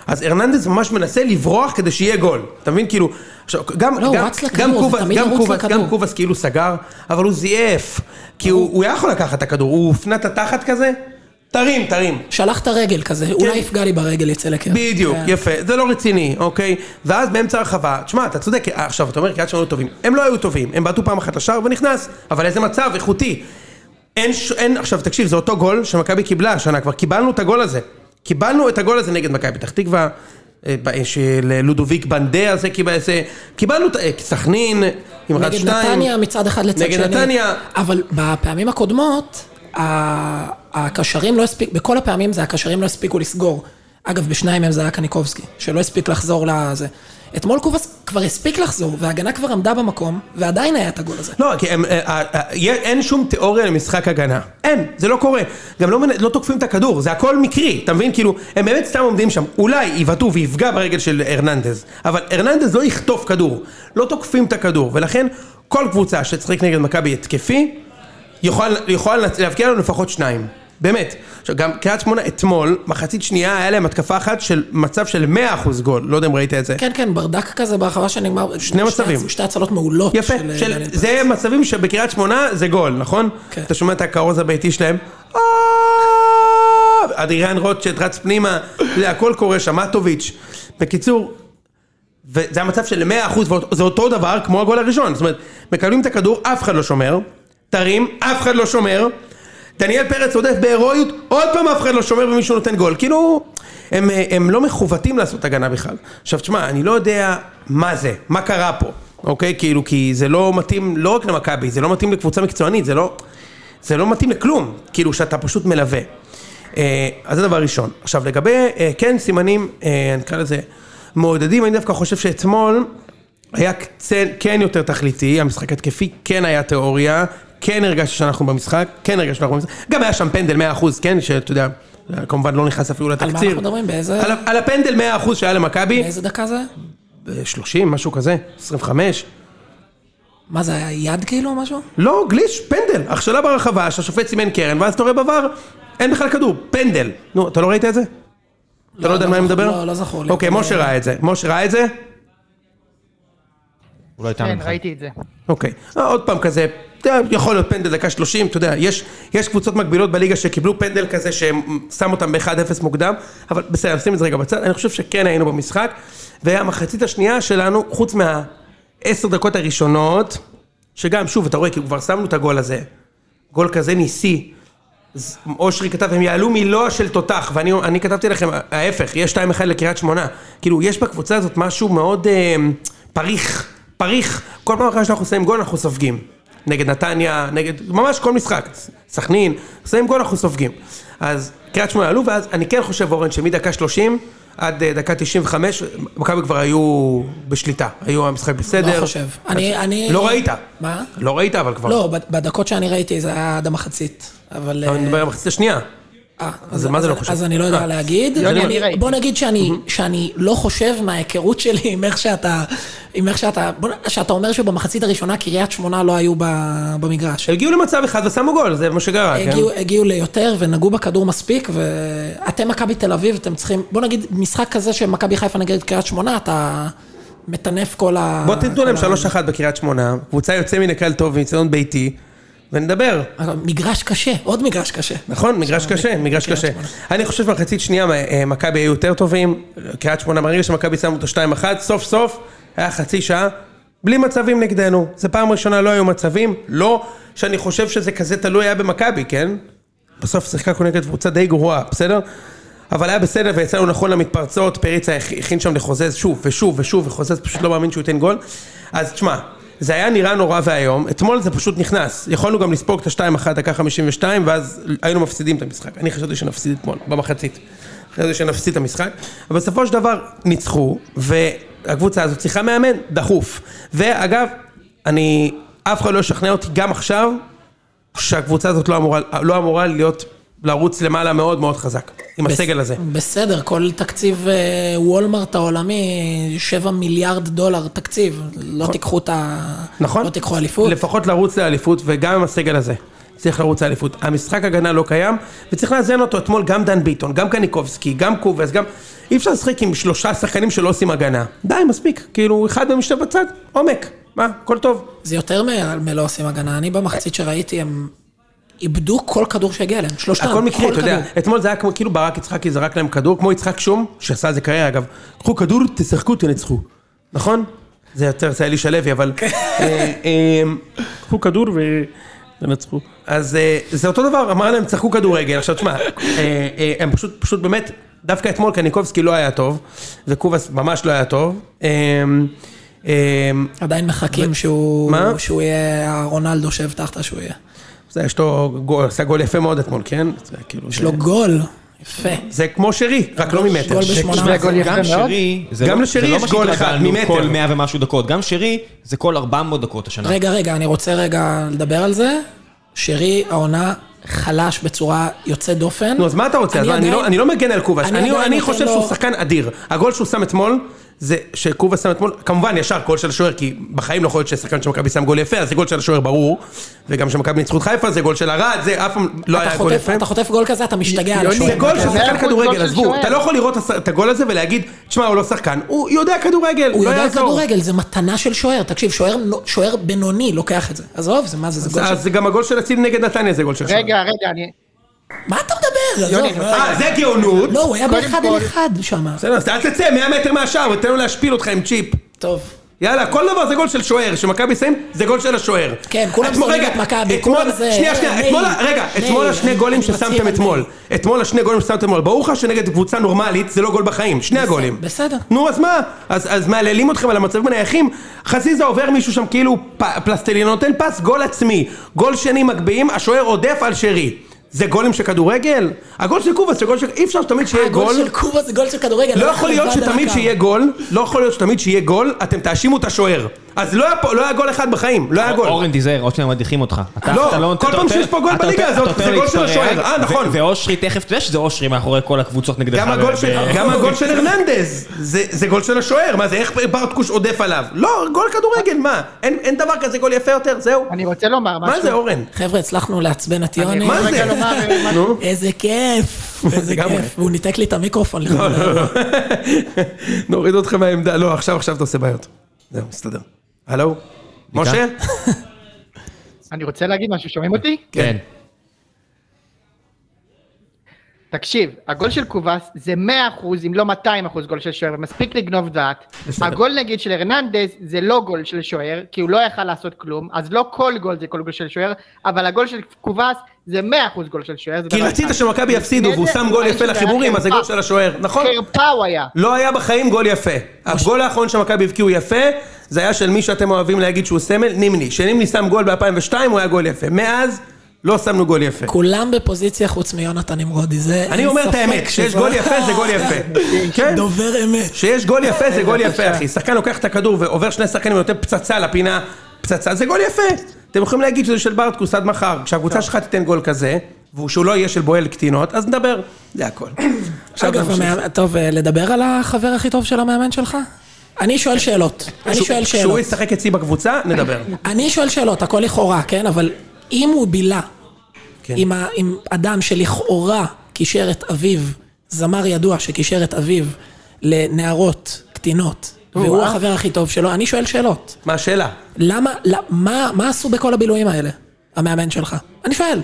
אז הרננדז ממש מנסה לברוח כדי שיהיה גול. אתה מבין? כאילו, עכשיו, גם, לא, הוא גם, רץ לכדור, גם, זה קובס, תמיד גם, לרוץ קובס, לכדור. גם קובס כאילו סגר, אבל הוא זייף. כי הוא, הוא היה יכול לקחת את הכדור, הוא הופנה את התחת כזה, תרים, תרים. שלח את הרגל כזה, אולי יפגע לי ברגל, יצא לקר. כן. בדיוק, כן. יפה, זה לא רציני, אוקיי? ואז באמצע הרחבה, תשמע, אתה צודק, אה, עכשיו, אתה אומר קריית שמונה היו טובים. הם לא היו טובים, הם בעטו פעם אחת לשער ונכנס, אבל איזה מצב, איכותי. אין, ש... אין, עכשיו, תקשיב, זה אותו גול שמכבי קיבלה השנה, כבר קיבלנו את הגול הזה. קיבלנו את הגול הזה נגד מכבי פתח תקווה, אה, ב- אה, של לודוביק בנדה הזה, קיבל איזה... קיבלנו את... אה, סכנין, עם רד נגד שתיים. נתניה מצד אחד לצד נגד שני. נתניה. אבל בפעמים הקודמות, ה- הקשרים לא הספיקו, בכל הפעמים זה הקשרים לא הספיקו לסגור. אגב, בשניים מהם זה היה קניקובסקי, שלא הספיק לחזור לזה. אתמול קובס כבר הספיק לחזור, וההגנה כבר עמדה במקום, ועדיין היה את הגול הזה. לא, כי הם, אה, אה, אה, יה- אין שום תיאוריה למשחק הגנה. אין, זה לא קורה. גם לא, מנ- לא תוקפים את הכדור, זה הכל מקרי, אתה מבין? כאילו, הם באמת סתם עומדים שם. אולי יבעטו ויפגע ברגל של הרננדז, אבל הרננדז לא יחטוף כדור. לא תוקפים את הכדור, ולכן כל קבוצה שתשחק נגד מכבי התקפי, יכולה יכול לנצ- להבקיע לנו לפחות שניים. באמת. עכשיו, גם קריית שמונה אתמול, מחצית שנייה היה להם התקפה אחת של מצב של 100% גול, לא יודע אם ראית את זה. כן, כן, ברדק כזה ברחבה שנגמר. שני מצבים. שתי הצלות מעולות. יפה, של- של, דניאל זה מצבים שבקריית שמונה זה גול, נכון? כן. אתה שומע את הכרוז הביתי שלהם? "אה!" אדריאן רוטשט רץ פנימה, זה הכל קורה שם, מטוביץ'. בקיצור, וזה המצב של 100% וזה אותו דבר כמו הגול הראשון, זאת אומרת, מקבלים את הכדור, אף אחד לא שומר, תרים, אף אחד לא שומר, דניאל פרץ עודף בהירואיות, עוד פעם אף אחד לא שומר ומישהו נותן גול, כאילו, הם, אה, הם לא מכוותים לעשות הגנה בכלל. עכשיו תשמע, אני לא יודע מה זה, מה קרה פה, אוקיי? כאילו, כי זה לא מתאים לא רק למכבי, זה לא מתאים לקבוצה מקצוענית, זה לא, זה לא מתאים לכלום, כאילו שאתה פשוט מלווה. אה, אז זה דבר ראשון. עכשיו לגבי, אה, כן סימנים, אה, אני אקרא לזה מעודדים, אני דווקא חושב שאתמול היה קצה, כן יותר תכליתי, המשחק התקפי כן היה תיאוריה, כן הרגשתי שאנחנו במשחק, כן הרגשתי שאנחנו במשחק, גם היה שם פנדל 100%, כן, שאתה יודע, כמובן לא נכנס אפילו מה לתקציר. אנחנו מדברים? באיזה- על, ה- על הפנדל 100% שהיה למכבי, איזה דקה זה? ב- 30, משהו כזה, 25. מה זה היה, יד כאילו או משהו? לא, גליץ', פנדל, הכשלה ברחבה, שהשופט סימן קרן, ואז אתה רואה בVAR, אין בכלל כדור, פנדל. נו, אתה לא ראית את זה? אתה לא יודע על מה אני זכור- מדבר? לא, לא זכור לי. אוקיי, משה ראה את זה. משה ראה את זה? אולי איתנו. כן, אחד. ראיתי את זה. אוקיי. אה, עוד פעם כזה, אתה יודע, יכול להיות פנדל דקה 30, אתה יודע, יש, יש קבוצות מקבילות בליגה שקיבלו פנדל כזה שהם שם אותם ב-1-0 מוקדם, אבל בסדר, נשים את זה רגע בצד, אני חושב שכן היינו במשחק, והמחצית השנייה שלנו, חוץ מהעשר דקות הראשונות, שגם, שוב, אתה רואה, כאילו כבר שמנו את הגול הזה, גול כזה ניסי. אז אושרי כתב, הם יעלו מלוע של תותח, ואני אני כתבתי לכם, ההפך, יש 2-1 לקריית שמונה. כאילו, יש בקבוצה הזאת משהו מאוד אה, פריך, פריך. כל פעם אחרי שאנחנו שמים גול, אנחנו סופגים. נגד נתניה, נגד, ממש כל משחק, ס- סכנין, שמים גול, אנחנו סופגים. אז קריית שמונה עלו, ואז אני כן חושב, אורן, שמדקה 30 עד אה, דקה 95, מכבי כבר היו בשליטה, היו המשחק בסדר. לא חושב. אני- אז- אני- לא ראית. מה? לא ראית, אבל כבר. לא, בד- בדקות שאני ראיתי זה היה עד המחצית. אבל... אבל אה, אני מדבר על המחצית השנייה. אה, אז מה זה לא חושב? אז אני לא אה. יודע להגיד. יוני, אני- אני ראיתי. בוא נגיד שאני- שאני לא חושב מההיכרות שלי עם איך שאתה... עם איך שאתה... בוא נ- שאתה אומר שבמחצית הראשונה קריית שמונה לא היו ב- במגרש. הגיעו למצב אחד ושמו גול, זה מה שקרה, כן? הגיעו, הגיעו ליותר ונגעו בכדור מספיק, ואתם מכבי תל אביב, אתם צריכים, בוא נגיד, משחק כזה שמכבי חיפה נגד קריית שמונה, אתה מטנף כל ה... בוא תיתנו להם כל ה- 3-1 בקריית שמונה, קבוצה יוצא מן הכלל טוב מצטדיון ביתי, ונדבר. מגרש קשה, עוד מגרש קשה. נכון, מגרש קשה, מגרש בקריית קשה. שמונה. אני חושב שמחצית שנייה אה, מכבי היו יותר טובים, קריית שמונה, ברגע שמכבי שמו אותו 2-1, סוף סוף היה חצי שעה, בלי מצבים נגדנו. זו פעם ראשונה לא היו מצבים, לא שאני חושב שזה כזה תלוי היה במכבי, כן? בסוף שיחקנו נגד קבוצה די גרועה, בסדר? אבל היה בסדר ויצאנו נכון למתפרצות, פריצה הכ- הכין שם לחוזז שוב ושוב ושוב, וחוזז פשוט לא מאמין שהוא ייתן גול. אז תשמע, זה היה נראה נורא ואיום, אתמול זה פשוט נכנס. יכולנו גם לספוג את השתיים אחת, דקה 52, ואז היינו מפסידים את המשחק. אני חשבתי שנפסיד אתמול, במחצית. חשבתי שנפסיד את המשחק. אבל בסופו של דבר ניצחו, והקבוצה הזאת צריכה מאמן דחוף. ואגב, אני, אף אחד לא ישכנע אותי גם עכשיו, שהקבוצה הזאת לא אמורה, לא אמורה להיות, לרוץ למעלה מאוד מאוד חזק, עם הסגל הזה. בסדר, כל תקציב אה, וולמארט העולמי, 7 מיליארד דולר תקציב. לא תיקחו את ה... נכון? לא תיקחו אליפות. לפחות לרוץ לאליפות, וגם עם הסגל הזה. צריך לרוץ לאליפות. המשחק הגנה לא קיים, וצריך לאזן אותו אתמול גם דן ביטון, גם קניקובסקי, גם קובס, גם... אי אפשר לשחק עם שלושה שחקנים שלא עושים הגנה. די, מספיק. כאילו, אחד מהם יושב בצד, עומק. מה, הכל טוב. זה יותר מ- מלא עושים הגנה. אני במחצית שראיתי, הם איבדו כל כדור שהגיע אליהם. שלושתם, הכל מקרי, כל אתה יודע. כדור. אתמול זה היה כמו, כאילו ברק יצחקי זרק להם כדור, כמו יצחק שום, שעשה את זה קריירה אגב. קחו כדור, תשחקו, תנצחו. נכון? זה יותר, זה אלישע לוי, אבל... אה, אה, קחו כדור ו... תנצחו. אז אה, זה אותו דבר, אמר להם, תשחקו כדורגל. עכשיו תשמע, אה, אה, הם פשוט, פשוט באמת, דווקא אתמול קניקובסקי לא היה טוב, וקובס ממש לא היה טוב. אה, אה, עדיין מחכים שהוא... מה? שהוא יהיה הרונלדו שהבטחת שהוא יהיה. זה, יש לו גול, עשה גול יפה מאוד אתמול, כן? זה כאילו, יש לו גול. יפה. זה כמו שרי, רק לא ממטר. גול בשמונה זה גול עשרה. יפה גם מאוד. שרי, זה גם לא- לשרי זה לא יש מה גול אחד שהתרגלנו ממטר. כל 100 ומשהו דקות, גם שרי זה כל 400 דקות השנה. רגע, רגע, אני רוצה רגע לדבר על זה. שרי, העונה חלש בצורה יוצאת דופן. נו, אז מה אתה רוצה? אז מה, אני עדיין- לא- אני לא מגן על קובס. אני אני- עדיין אני נותן חושב לו- שהוא שחקן אדיר. הגול שהוא שם אתמול, זה שקובס שם אתמול, כמובן ישר גול של השוער, כי בחיים לא יכול להיות ששחקן של מכבי שם גול יפה, אז זה גול של השוער ברור. וגם כשמכבי ניצחו את חיפה, זה גול של ארד, זה אף פעם לא אתה היה גול חוטף- יפה. אתה חוטף גול כזה, אתה משתגע על יוני, השוער. זה גול של זה שחקן היה גול כדורגל, של עזבו, שוער. אתה לא יכול לראות הס- את הגול הזה ולהגיד, תשמע, הוא לא שחקן, הוא יודע כדורגל, הוא לא יודע יעזור. כדורגל, זה מתנה של שוער. תקשיב, שוער נו- שוער בינוני לוקח את זה. עזוב, זה מה זה, זה גול של... אז גם הגול של אצילי נגד נתניה זה גול של שוער. רגע, רגע, אני... מה אתה מדבר? יוני, עזוב, אני לא, אה, זה גאונות. לא, הוא היה קודם באחד כל- על אחד שם. בסדר, אז אל תצא 100 מטר מהשער ותן לו להשפיל אותך עם צ'יפ. טוב. יאללה, כל דבר זה גול של שוער, שמכבי שמים, זה גול של השוער. כן, כולם אתמול- שונאים רגע, את מכבי, אתמול- כולם זה- שנייה, אה, שנייה, מאיר, אתמול, רגע, מאיר, אתמול השני אני- גולים אני מצהיר ששמתם על אתמול. אתמול השני גולים ששמתם אתמול. ברור לך שנגד קבוצה נורמלית זה לא גול בחיים, שני הגולים. בסדר. נו, אז מה? אז אז מהללים אתכם על המצבים הנייחים? חזיזה עובר מישהו שם כאילו פ- פלסטלינה, נותן פס, גול עצמי. גול שני מגביהים, השוער עודף על שרי. זה גולים של כדורגל? הגול של קובס, זה גול של... אי אפשר תמיד שיהיה גול. הגול של קובה זה גול של כדורגל. לא הלך יכול להיות לבד על שתמיד הקו. שיהיה גול, לא יכול להיות שתמיד שיהיה גול, אתם תאשימו את השוער. אז לא היה פה- לא היה גול אחד בחיים, לא היה גול. אורן, תיזהר, עוד שניה מדיחים אותך. אתה- לא, אתה כל אתה פעם יותר- שיש פה גול אתה בליגה יותר- הזאת, אתה זה יותר גול של להתפרע, השוער. אה, ו- נכון. ואושרי תכף, אתה יודע שזה אושרי מאחורי כל הקבוצות נגדך. גם הגול של- ב- גם הגול של הרננדז, זה זה גול של השוער, מה זה, איך ברטקוש עודף עליו? לא, גול כדורגל, מה? אין אין דבר כזה גול יפה יותר, זהו. אני רוצה לומר משהו. מה זה, אורן? חבר'ה, הצלחנו לעצבן את אני יוני. מה רוצה זה? לומר, אה, משהו. נו. איזה כיף, איזה לגמרי. לא, כיף. והוא ניתק לי את המיקרופון. לכבוד היום. נוריד אותך מהעמדה, לא, עכשיו, עכשיו אתה עושה בעיות. זהו, מסתדר. הלו? משה? אני רוצה להגיד משהו, שומעים אותי? כן. תקשיב, הגול של קובס זה 100% אם לא 200% גול של שוער, ומספיק לגנוב דעת. הגול נגיד של הרננדז זה לא גול של שוער, כי הוא לא יכל לעשות כלום, אז לא כל גול זה כל גול של שוער, אבל הגול של קובס זה 100% גול של שוער. זה כי דבר רצית אחד. שמכבי יפסידו והוא שם גול יפה לחיבורים, אז זה גול של השוער, נכון? חרפה הוא היה. לא היה בחיים גול יפה. הגול האחרון שמכבי הבקיעו יפה, זה היה של מי שאתם אוהבים להגיד שהוא סמל, נימני. כשנימני שם גול ב-2002 הוא היה גול יפה. מאז לא שמנו גול יפה. כולם בפוזיציה חוץ מיונתן נמרודי, זה אין אני אומר את ספק האמת, כשיש שזה- גול יפה זה גול יפה. כן? דובר אמת. כשיש גול יפה זה גול יפה, אחי. שחקן לוקח את הכדור ועובר שני שחקנים ונותן פצצה לפינה, פצצה, זה גול יפה. אתם יכולים להגיד שזה של ברטקוס עד מחר. כשהקבוצה שלך תיתן גול כזה, ושהוא לא יהיה של בועל קטינות, אז נדבר. זה הכל. עכשיו אגב, נמשיך. המאמן- טוב, אה, לדבר על החבר הכי טוב של המאמן שלך? אני שואל שאלות. אני כשהוא- שואל כשהוא שאלות. ישחק אצלי בקבוצה, נדבר. אני שואל שאלות, הכל לכאורה, כן? אבל אם הוא בילה כן. עם ה- עם אדם שלכאורה קישר את אביו, זמר ידוע שקישר את אביו לנערות, קטינות, והוא וואה. החבר הכי טוב שלו, אני שואל שאלות. מה השאלה? למה, למה- מה- מה עשו בכל הבילויים האלה, המאמן שלך? אני שואל.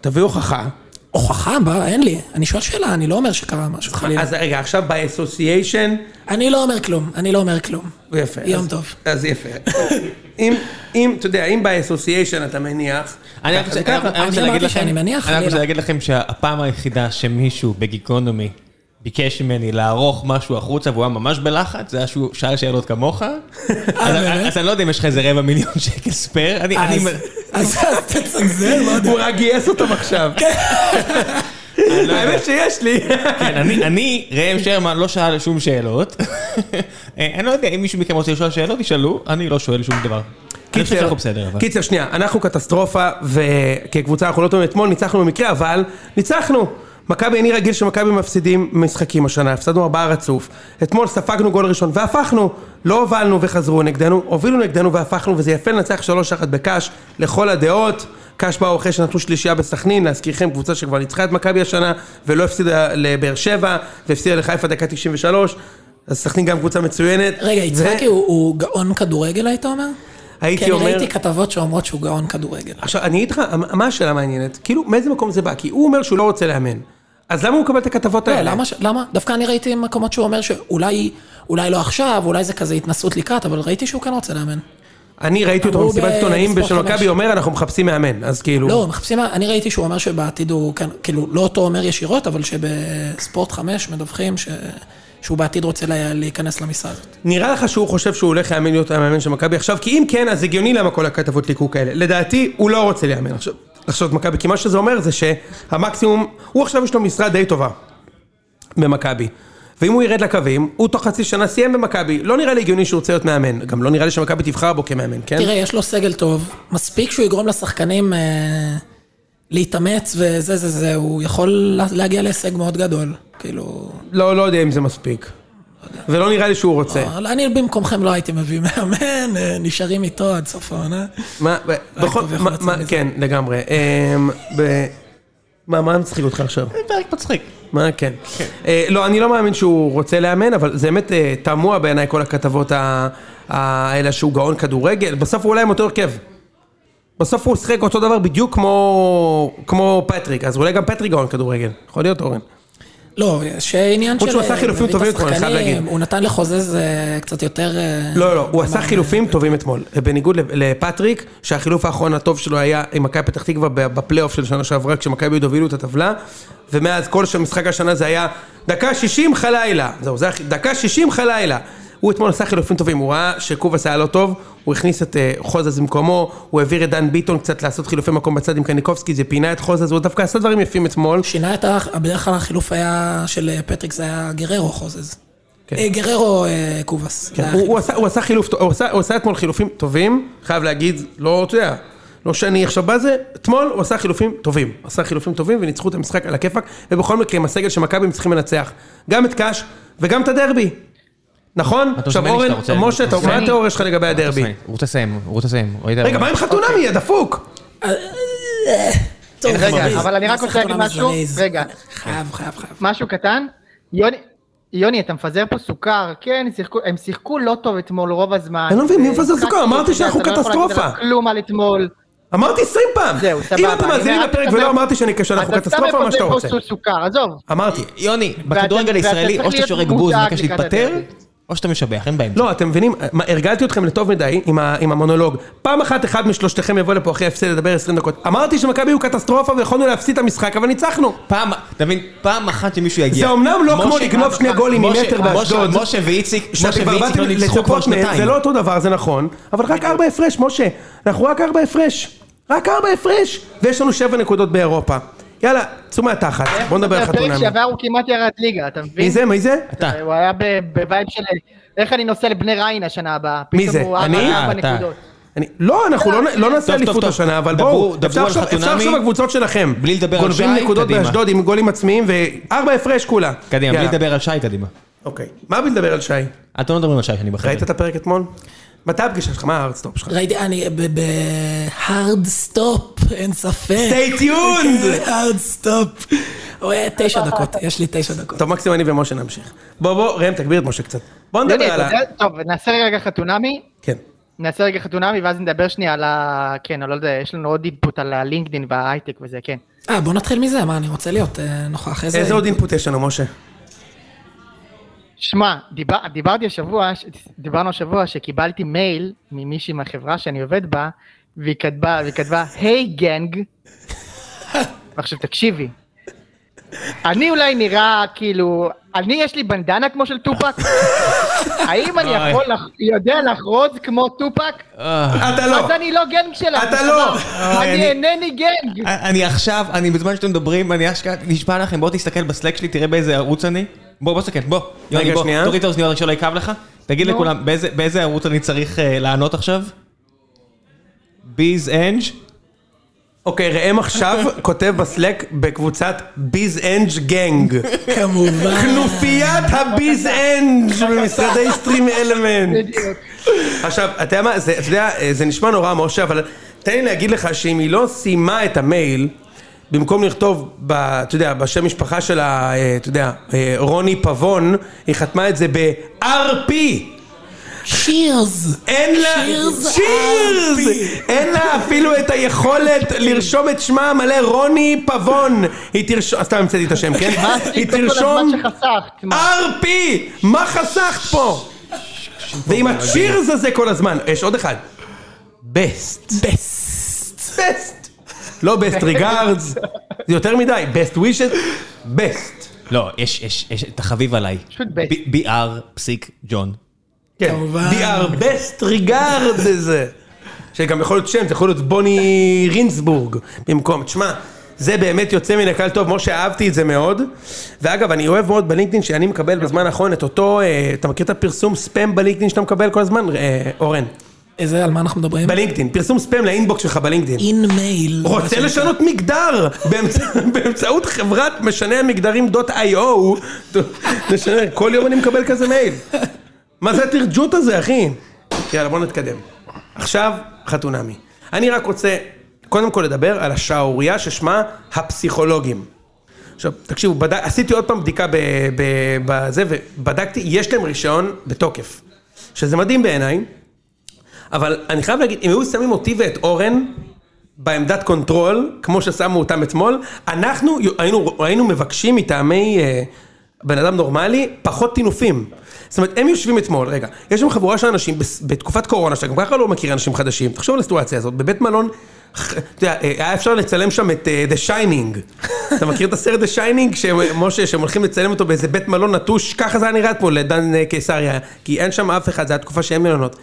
תביא הוכחה. הוכחה, מה? אין לי. אני שואל שאלה, אני לא אומר שקרה משהו, חלילה. אז רגע, עכשיו באסוסיישן, אני לא אומר כלום, אני לא אומר כלום. יפה. יום אז- טוב. אז יפה. אם, אם, אתה יודע, אם באסוסיישן אתה מניח... אני רק ככה רוצה- זה ככה. אני רק רוצה אני להגיד אמרתי שאני לכם- מניח, אני רק רוצה חלילה. להגיד לכם שהפעם היחידה שמישהו בגיקונומי ביקש ממני לערוך משהו החוצה והוא היה ממש בלחץ, זה היה שהוא שאל שאלות אה, כמוך. אז- באמת? אז אני לא יודע אם יש לך איזה רבע מיליון שקל ספייר. אני- אני- אז אז אז תצנזר, לא יודע. הוא רק גייס אותם עכשיו. כן. אני לא יודע. האמת שיש לי. כן, אני, אני, ראם שרמן לא שאל שום שאלות. אה, אני לא יודע, אם מישהו מכם רוצה לשאול שאלות, תשאלו, אני לא שואל שום דבר. אני חושב שאנחנו בסדר, אבל. קיצר, שנייה, אנחנו קטסטרופה, וכקבוצה אנחנו לא טובים אתמול, ניצחנו במקרה, אבל ניצחנו. מכבי, אני רגיל שמכבי מפסידים משחקים השנה, הפסדנו ארבעה רצוף. אתמול ספגנו גול ראשון והפכנו, לא הובלנו וחזרו נגדנו, הובילו נגדנו והפכנו, וזה יפה לנצח שלוש אחת בקאש, לכל הדעות. קאש באו אחרי שנתנו שלישייה בסכנין, להזכירכם, קבוצה שכבר ניצחה את מכבי השנה, ולא הפסידה לבאר שבע, והפסידה לחיפה דקה 93, אז סכנין גם קבוצה מצוינת. רגע, יצחקי הוא- הוא גאון כדורגל, היית אומר? הייתי כי אני אומר- ראיתי כתבות שאומרות שהוא גאון כדורגל. עכשיו, אני איתך, מה- מה השאלה מעניינת? כאילו, מאיזה מקום זה בא? כי הוא אומר שהוא לא רוצה לאמן. אז למה הוא מקבל את הכתבות לא, האלה? למה? ש- למה? דווקא אני ראיתי מקומות שהוא אומר שאולי אולי לא עכשיו, אולי זה כזה התנסות לקראת, אבל ראיתי שהוא כן רוצה לאמן. אני ראיתי אותו אמרו במסיבת ב- עיתונאים בספורט של מכבי חמש. אומר, אנחנו מחפשים מאמן. אז כאילו... לא, מחפשים, אני ראיתי שהוא אומר שבעתיד הוא, כן, כאילו, לא אותו אומר ישירות, אבל שבספורט 5 מדווחים ש... שהוא בעתיד רוצה לה- להיכנס למשרה הזאת. נראה לך שהוא חושב שהוא הולך לאמן להיות המאמן של מכבי עכשיו? כי אם כן, אז הגיוני למה כל הכתבות ליקו כאלה. לדעתי, הוא לא רוצה לאמן עכשיו. לחשוב את מכבי, כי מה שזה אומר זה שהמקסימום, הוא עכשיו יש לו משרה די טובה במכבי. ואם הוא ירד לקווים, הוא תוך חצי שנה סיים במכבי. לא נראה לי הגיוני שהוא רוצה להיות מאמן. גם לא נראה לי שמכבי תבחר בו כמאמן, כן? תראה, יש לו סגל טוב, מספיק שהוא יגרום לשחקנים אה, להתאמץ וזה זה זה, הוא יכול לה- להגיע להישג מאוד גדול. כאילו, לא, לא יודע אם זה מספיק. ולא נראה לי שהוא רוצה. אבל אני במקומכם לא הייתי מביא מאמן, אה, נשארים איתו עד אה? סוף העונה. מה, ב- בכל, טוב, איך מה- לצאת מה- מזה. כן, לגמרי. אמ, ב- מה, מה מצחיק אותך עכשיו? זה פרק מצחיק. מה, כן. אה, לא, אני לא מאמין שהוא רוצה לאמן, אבל זה באמת אה, תמוה בעיניי כל הכתבות ה- ה- האלה שהוא גאון כדורגל. בסוף הוא אולי עם אותו הרכב. בסוף הוא שיחק אותו דבר בדיוק כמו, כמו פטריק, אז אולי גם פטריק גאון כדורגל. יכול להיות, אורן. לא, יש עניין של... אה, חוץ שהוא עשה חילופים מביא את טובים אתמול, אני חייב השחקנים, להגיד. הוא נתן לחוזז אה, קצת יותר... אה, לא, לא, הוא עשה מאמן. חילופים טובים אתמול. בניגוד לפטריק, שהחילוף האחרון הטוב שלו היה עם מכבי פתח תקווה בפלייאוף של שנה שעברה, כשמכבי עוד הובילו את הטבלה, ומאז כל משחק השנה זה היה דקה 60 חלילה. זהו, זה היה דקה 60 חלילה. הוא אתמול עשה חילופים טובים, הוא ראה שקובס היה לא טוב, הוא הכניס את אה, חוזז במקומו, הוא העביר את דן ביטון קצת לעשות חילופי מקום בצד עם קניקובסקי, זה פינה את חוזז, הוא דווקא עשה דברים יפים אתמול. שינה את ה... בדרך כלל החילוף היה של אה, פטריק, זה היה גררו חוזז. כן. אה, גררו אה, קובס. זה כן, היה הוא, הוא, עשה, הוא עשה חילוף, טוב- הוא עשה, הוא עשה אתמול חילופים טובים, חייב להגיד, לא, אתה יודע, לא שאני עכשיו בא זה, אתמול הוא עשה חילופים טובים, עשה חילופים טובים וניצחו את המשחק על הכיפאק, ובכל מקרה עם הסגל של מכבי הם צריכים לנצח, גם את קאש וגם את הדרבי, נכון? אתה עכשיו מסמן לי אורן, שאתה רוצה- משה, אתה- מה מסמן לי? התיאוריה שלך לגבי הדרבי? הוא רוצה לסיים, הוא רוצה לסיים. הוא יודע- רגע, מה עם חתונמי, הדפוק? טוב, אין לך רגע, מזל. אבל אני רק רוצה להגיד משהו. רגע. חייב, חייב, חייב. משהו קטן, יוני, יוני, אתה מפזר פה סוכר, כן, שיחקו, הם שיחקו לא טוב אתמול רוב הזמן. אני לא מבין, מי זה מפזר משחק סוכר? אמרתי טוב, שאנחנו אתה לא יכול להגיד קטסטרופה. עליו כלום על אתמול. אמרתי 20 פעם! זהו, סבבה. אם אתם אני מאזינים רק לפרק מספר- ולא אמרתי שאני קשה, אנחנו אתה סתם קטסטרופה, מה שאתה מפזר רוצה. פה סוכר, עזוב. אמרתי. יוני, ואתה- בכדורגל ואתה הישראלי, צריך או שאתה להיות שורק בוז מודאג ומבקש לקראת להתפטר, הדרך. או שאתה משבח, אין באמצע. לא, אתם מבינים, מה, הרגלתי אתכם לטוב מדי עם, ה, עם המונולוג. פעם אחת אחד משלושתכם יבוא לפה אחרי הפסד לדבר 20 דקות. אמרתי שמכבי הוא קטסטרופה ויכולנו להפסיד את המשחק, אבל ניצחנו. פעם, אתה מבין, פעם אחת שמישהו יגיע. זה אומנם לא משה- כמו לגנוב שני גולים משה- ממטר משה- באשדוד. משה ואיציק, משה שאתם כבר ואיציק באתם לא ניצחו כבר לצפות מהם, זה שנתיים. לא אותו דבר, זה נכון, אבל רק ארבע הפרש, משה. אנחנו רק ארבע הפרש. רק ארבע הפרש. ויש לנו שבע נקודות באירופה. יאללה, צאו מהתחת, אה, בואו נדבר על בפרק חתונמי. שעבר הוא כמעט ירד ליגה, אתה מבין? מי זה? מי זה? אתה. הוא היה ב- בווייב של איך אני נוסע לבני ריינה שנה הבאה. מי פתאום זה? הוא ארבע- אני? אה, ארבע אתה. נקודות. אני, לא, אנחנו לא, לא טוב, נעשה טוב, אליפות טוב. השנה, אבל דברו- בואו, דברו אפשר על לחשוב- אפשר חתונמי. לחשוב בקבוצות שלכם. בלי לדבר על גונבים שי, נקודות קדימה. באשדוד עם גולים עצמיים וארבע הפרש כולה. קדימה, בלי יאללה. לדבר על שי, קדימה. אוקיי. מה בלי לדבר על שי? אתם לא מדברים על שי, אני בחדר. ראית את הפרק אתמול? מתי הפגישה שלך? מה הארדסטופ שלך? ראיתי, אני בהארד סטופ, אין ספק. Stay tuned! הארד סטופ. תשע דקות, יש לי תשע דקות. טוב, מקסימום אני ומשה נמשיך. בוא, בוא, ראם, תגביר את משה קצת. בוא יוני, נדבר על אתה ה... יודע- לא, טוב, נעשה רגע חתונמי. כן. נעשה רגע חתונמי ואז נדבר שנייה על ה... כן, אני לא יודע, יש לנו עוד אינפוט על הלינקדאין וההייטק וזה, כן. אה, בוא נתחיל מזה, מה, אני רוצה להיות אה, נוכח. איזה עוד אינפוט יש לנו, משה? שמע, דיבר, דיברתי השבוע, ש- דיברנו השבוע שקיבלתי מייל ממישהי מהחברה שאני עובד בה, והיא כתבה, והיא כתבה, היי גנג. ועכשיו תקשיבי, אני אולי נראה כאילו, אני יש לי בנדנה כמו של טופק? האם אני אוי. יכול, לח- יודע לחרוז כמו טופק? אה. אתה לא. אז אני לא גנג שלה. אתה לא. אני- אני אינני גנג. אני עכשיו, אני בזמן שאתם מדברים, אני אשכרה נשבע לכם, בוא תסתכל בסלק שלי, תראה באיזה ערוץ אני. בוא, בוא תסתכל, בוא. יוני, בוא, שנייה. תוריד את האוזניות רק שלא יכאב לך. תגיד נו. לכולם, באיזה- באיזה ערוץ אני צריך אה, לענות עכשיו? ביז אנג'? אוקיי, ראם עכשיו כותב בסלק בקבוצת ביז אנג' גנג. כמובן. כנופיית הביז אנג' במשרדי סטרים אלמנט. בדיוק. עכשיו, אתה יודע מה, זה- אתה יודע, אה, זה נשמע נורא משה, אבל תן לי להגיד לך שאם היא לא סיימה את המייל, במקום לכתוב, ב, אתה יודע, בשם משפחה שלה, אה, אתה יודע, אה, רוני פבון, היא חתמה את זה ב-RP. שירס. אין לה... Cheers, Cheers! RP. אין לה אפילו את היכולת לרשום את שמה המלא רוני פבון. היא תרשום... סתם המצאתי את השם, כן? היא אה, תרשום... כל הזמן שחסכת, מה? RP! מה חסכת פה? ועם הצ'ירס הזה כל הזמן. יש עוד אחד. בסט. בסט. בסט. לא בסט ריגארדס. זה יותר מדי. בסט ווישס. בסט. לא, יש, יש, יש, אתה חביב עליי. פשוט בית. בי.אר פסיק ג'ון. כן. כמובן. DR בסט ריגארד זה. שגם יכול להיות שם, זה יכול להיות בוני רינסבורג במקום. תשמע, זה באמת יוצא מן הכלל טוב, משה, אהבתי את זה מאוד. ואגב, אני אוהב מאוד בלינקדאין שאני מקבל בזמן האחרון את אותו, אה, אתה מכיר את הפרסום ספאם בלינקדאין שאתה מקבל כל הזמן, אה, אורן? איזה, על מה אנחנו מדברים? בלינקדאין, פרסום ספאם לאינבוקס שלך בלינקדאין. אין מייל. רוצה לשנות מגדר באמצע- באמצעות חברת משנה המגדרים דוט איי-או, כל יום אני מקבל כזה מייל. מה זה התרג'ות הזה, אחי? יאללה, בוא נתקדם. עכשיו, חתונמי. אני רק רוצה קודם כל לדבר על השערורייה ששמה הפסיכולוגים. עכשיו, תקשיבו, בד... עשיתי עוד פעם בדיקה ב... ב... בזה, ובדקתי, יש להם רישיון בתוקף. שזה מדהים בעיניי, אבל אני חייב להגיד, אם היו שמים אותי ואת אורן בעמדת קונטרול, כמו ששמו אותם אתמול, אנחנו היינו, היינו מבקשים מטעמי אה, בן אדם נורמלי פחות טינופים. זאת אומרת, הם יושבים אתמול, רגע, יש שם חבורה של אנשים בס- בתקופת קורונה, שאתה גם ככה לא מכיר אנשים חדשים, תחשוב על הסיטואציה הזאת, בבית מלון, ח- אתה יודע, אה, היה אפשר לצלם שם את אה, The Shining. אתה מכיר את הסרט The Shining, שמשה, שהם הולכים לצלם אותו באיזה בית מלון נטוש, ככה זה היה נראה אתמול לדן אה, קיסריה, כי אין שם אף אחד, זו הייתה תקופה שאין מלונות.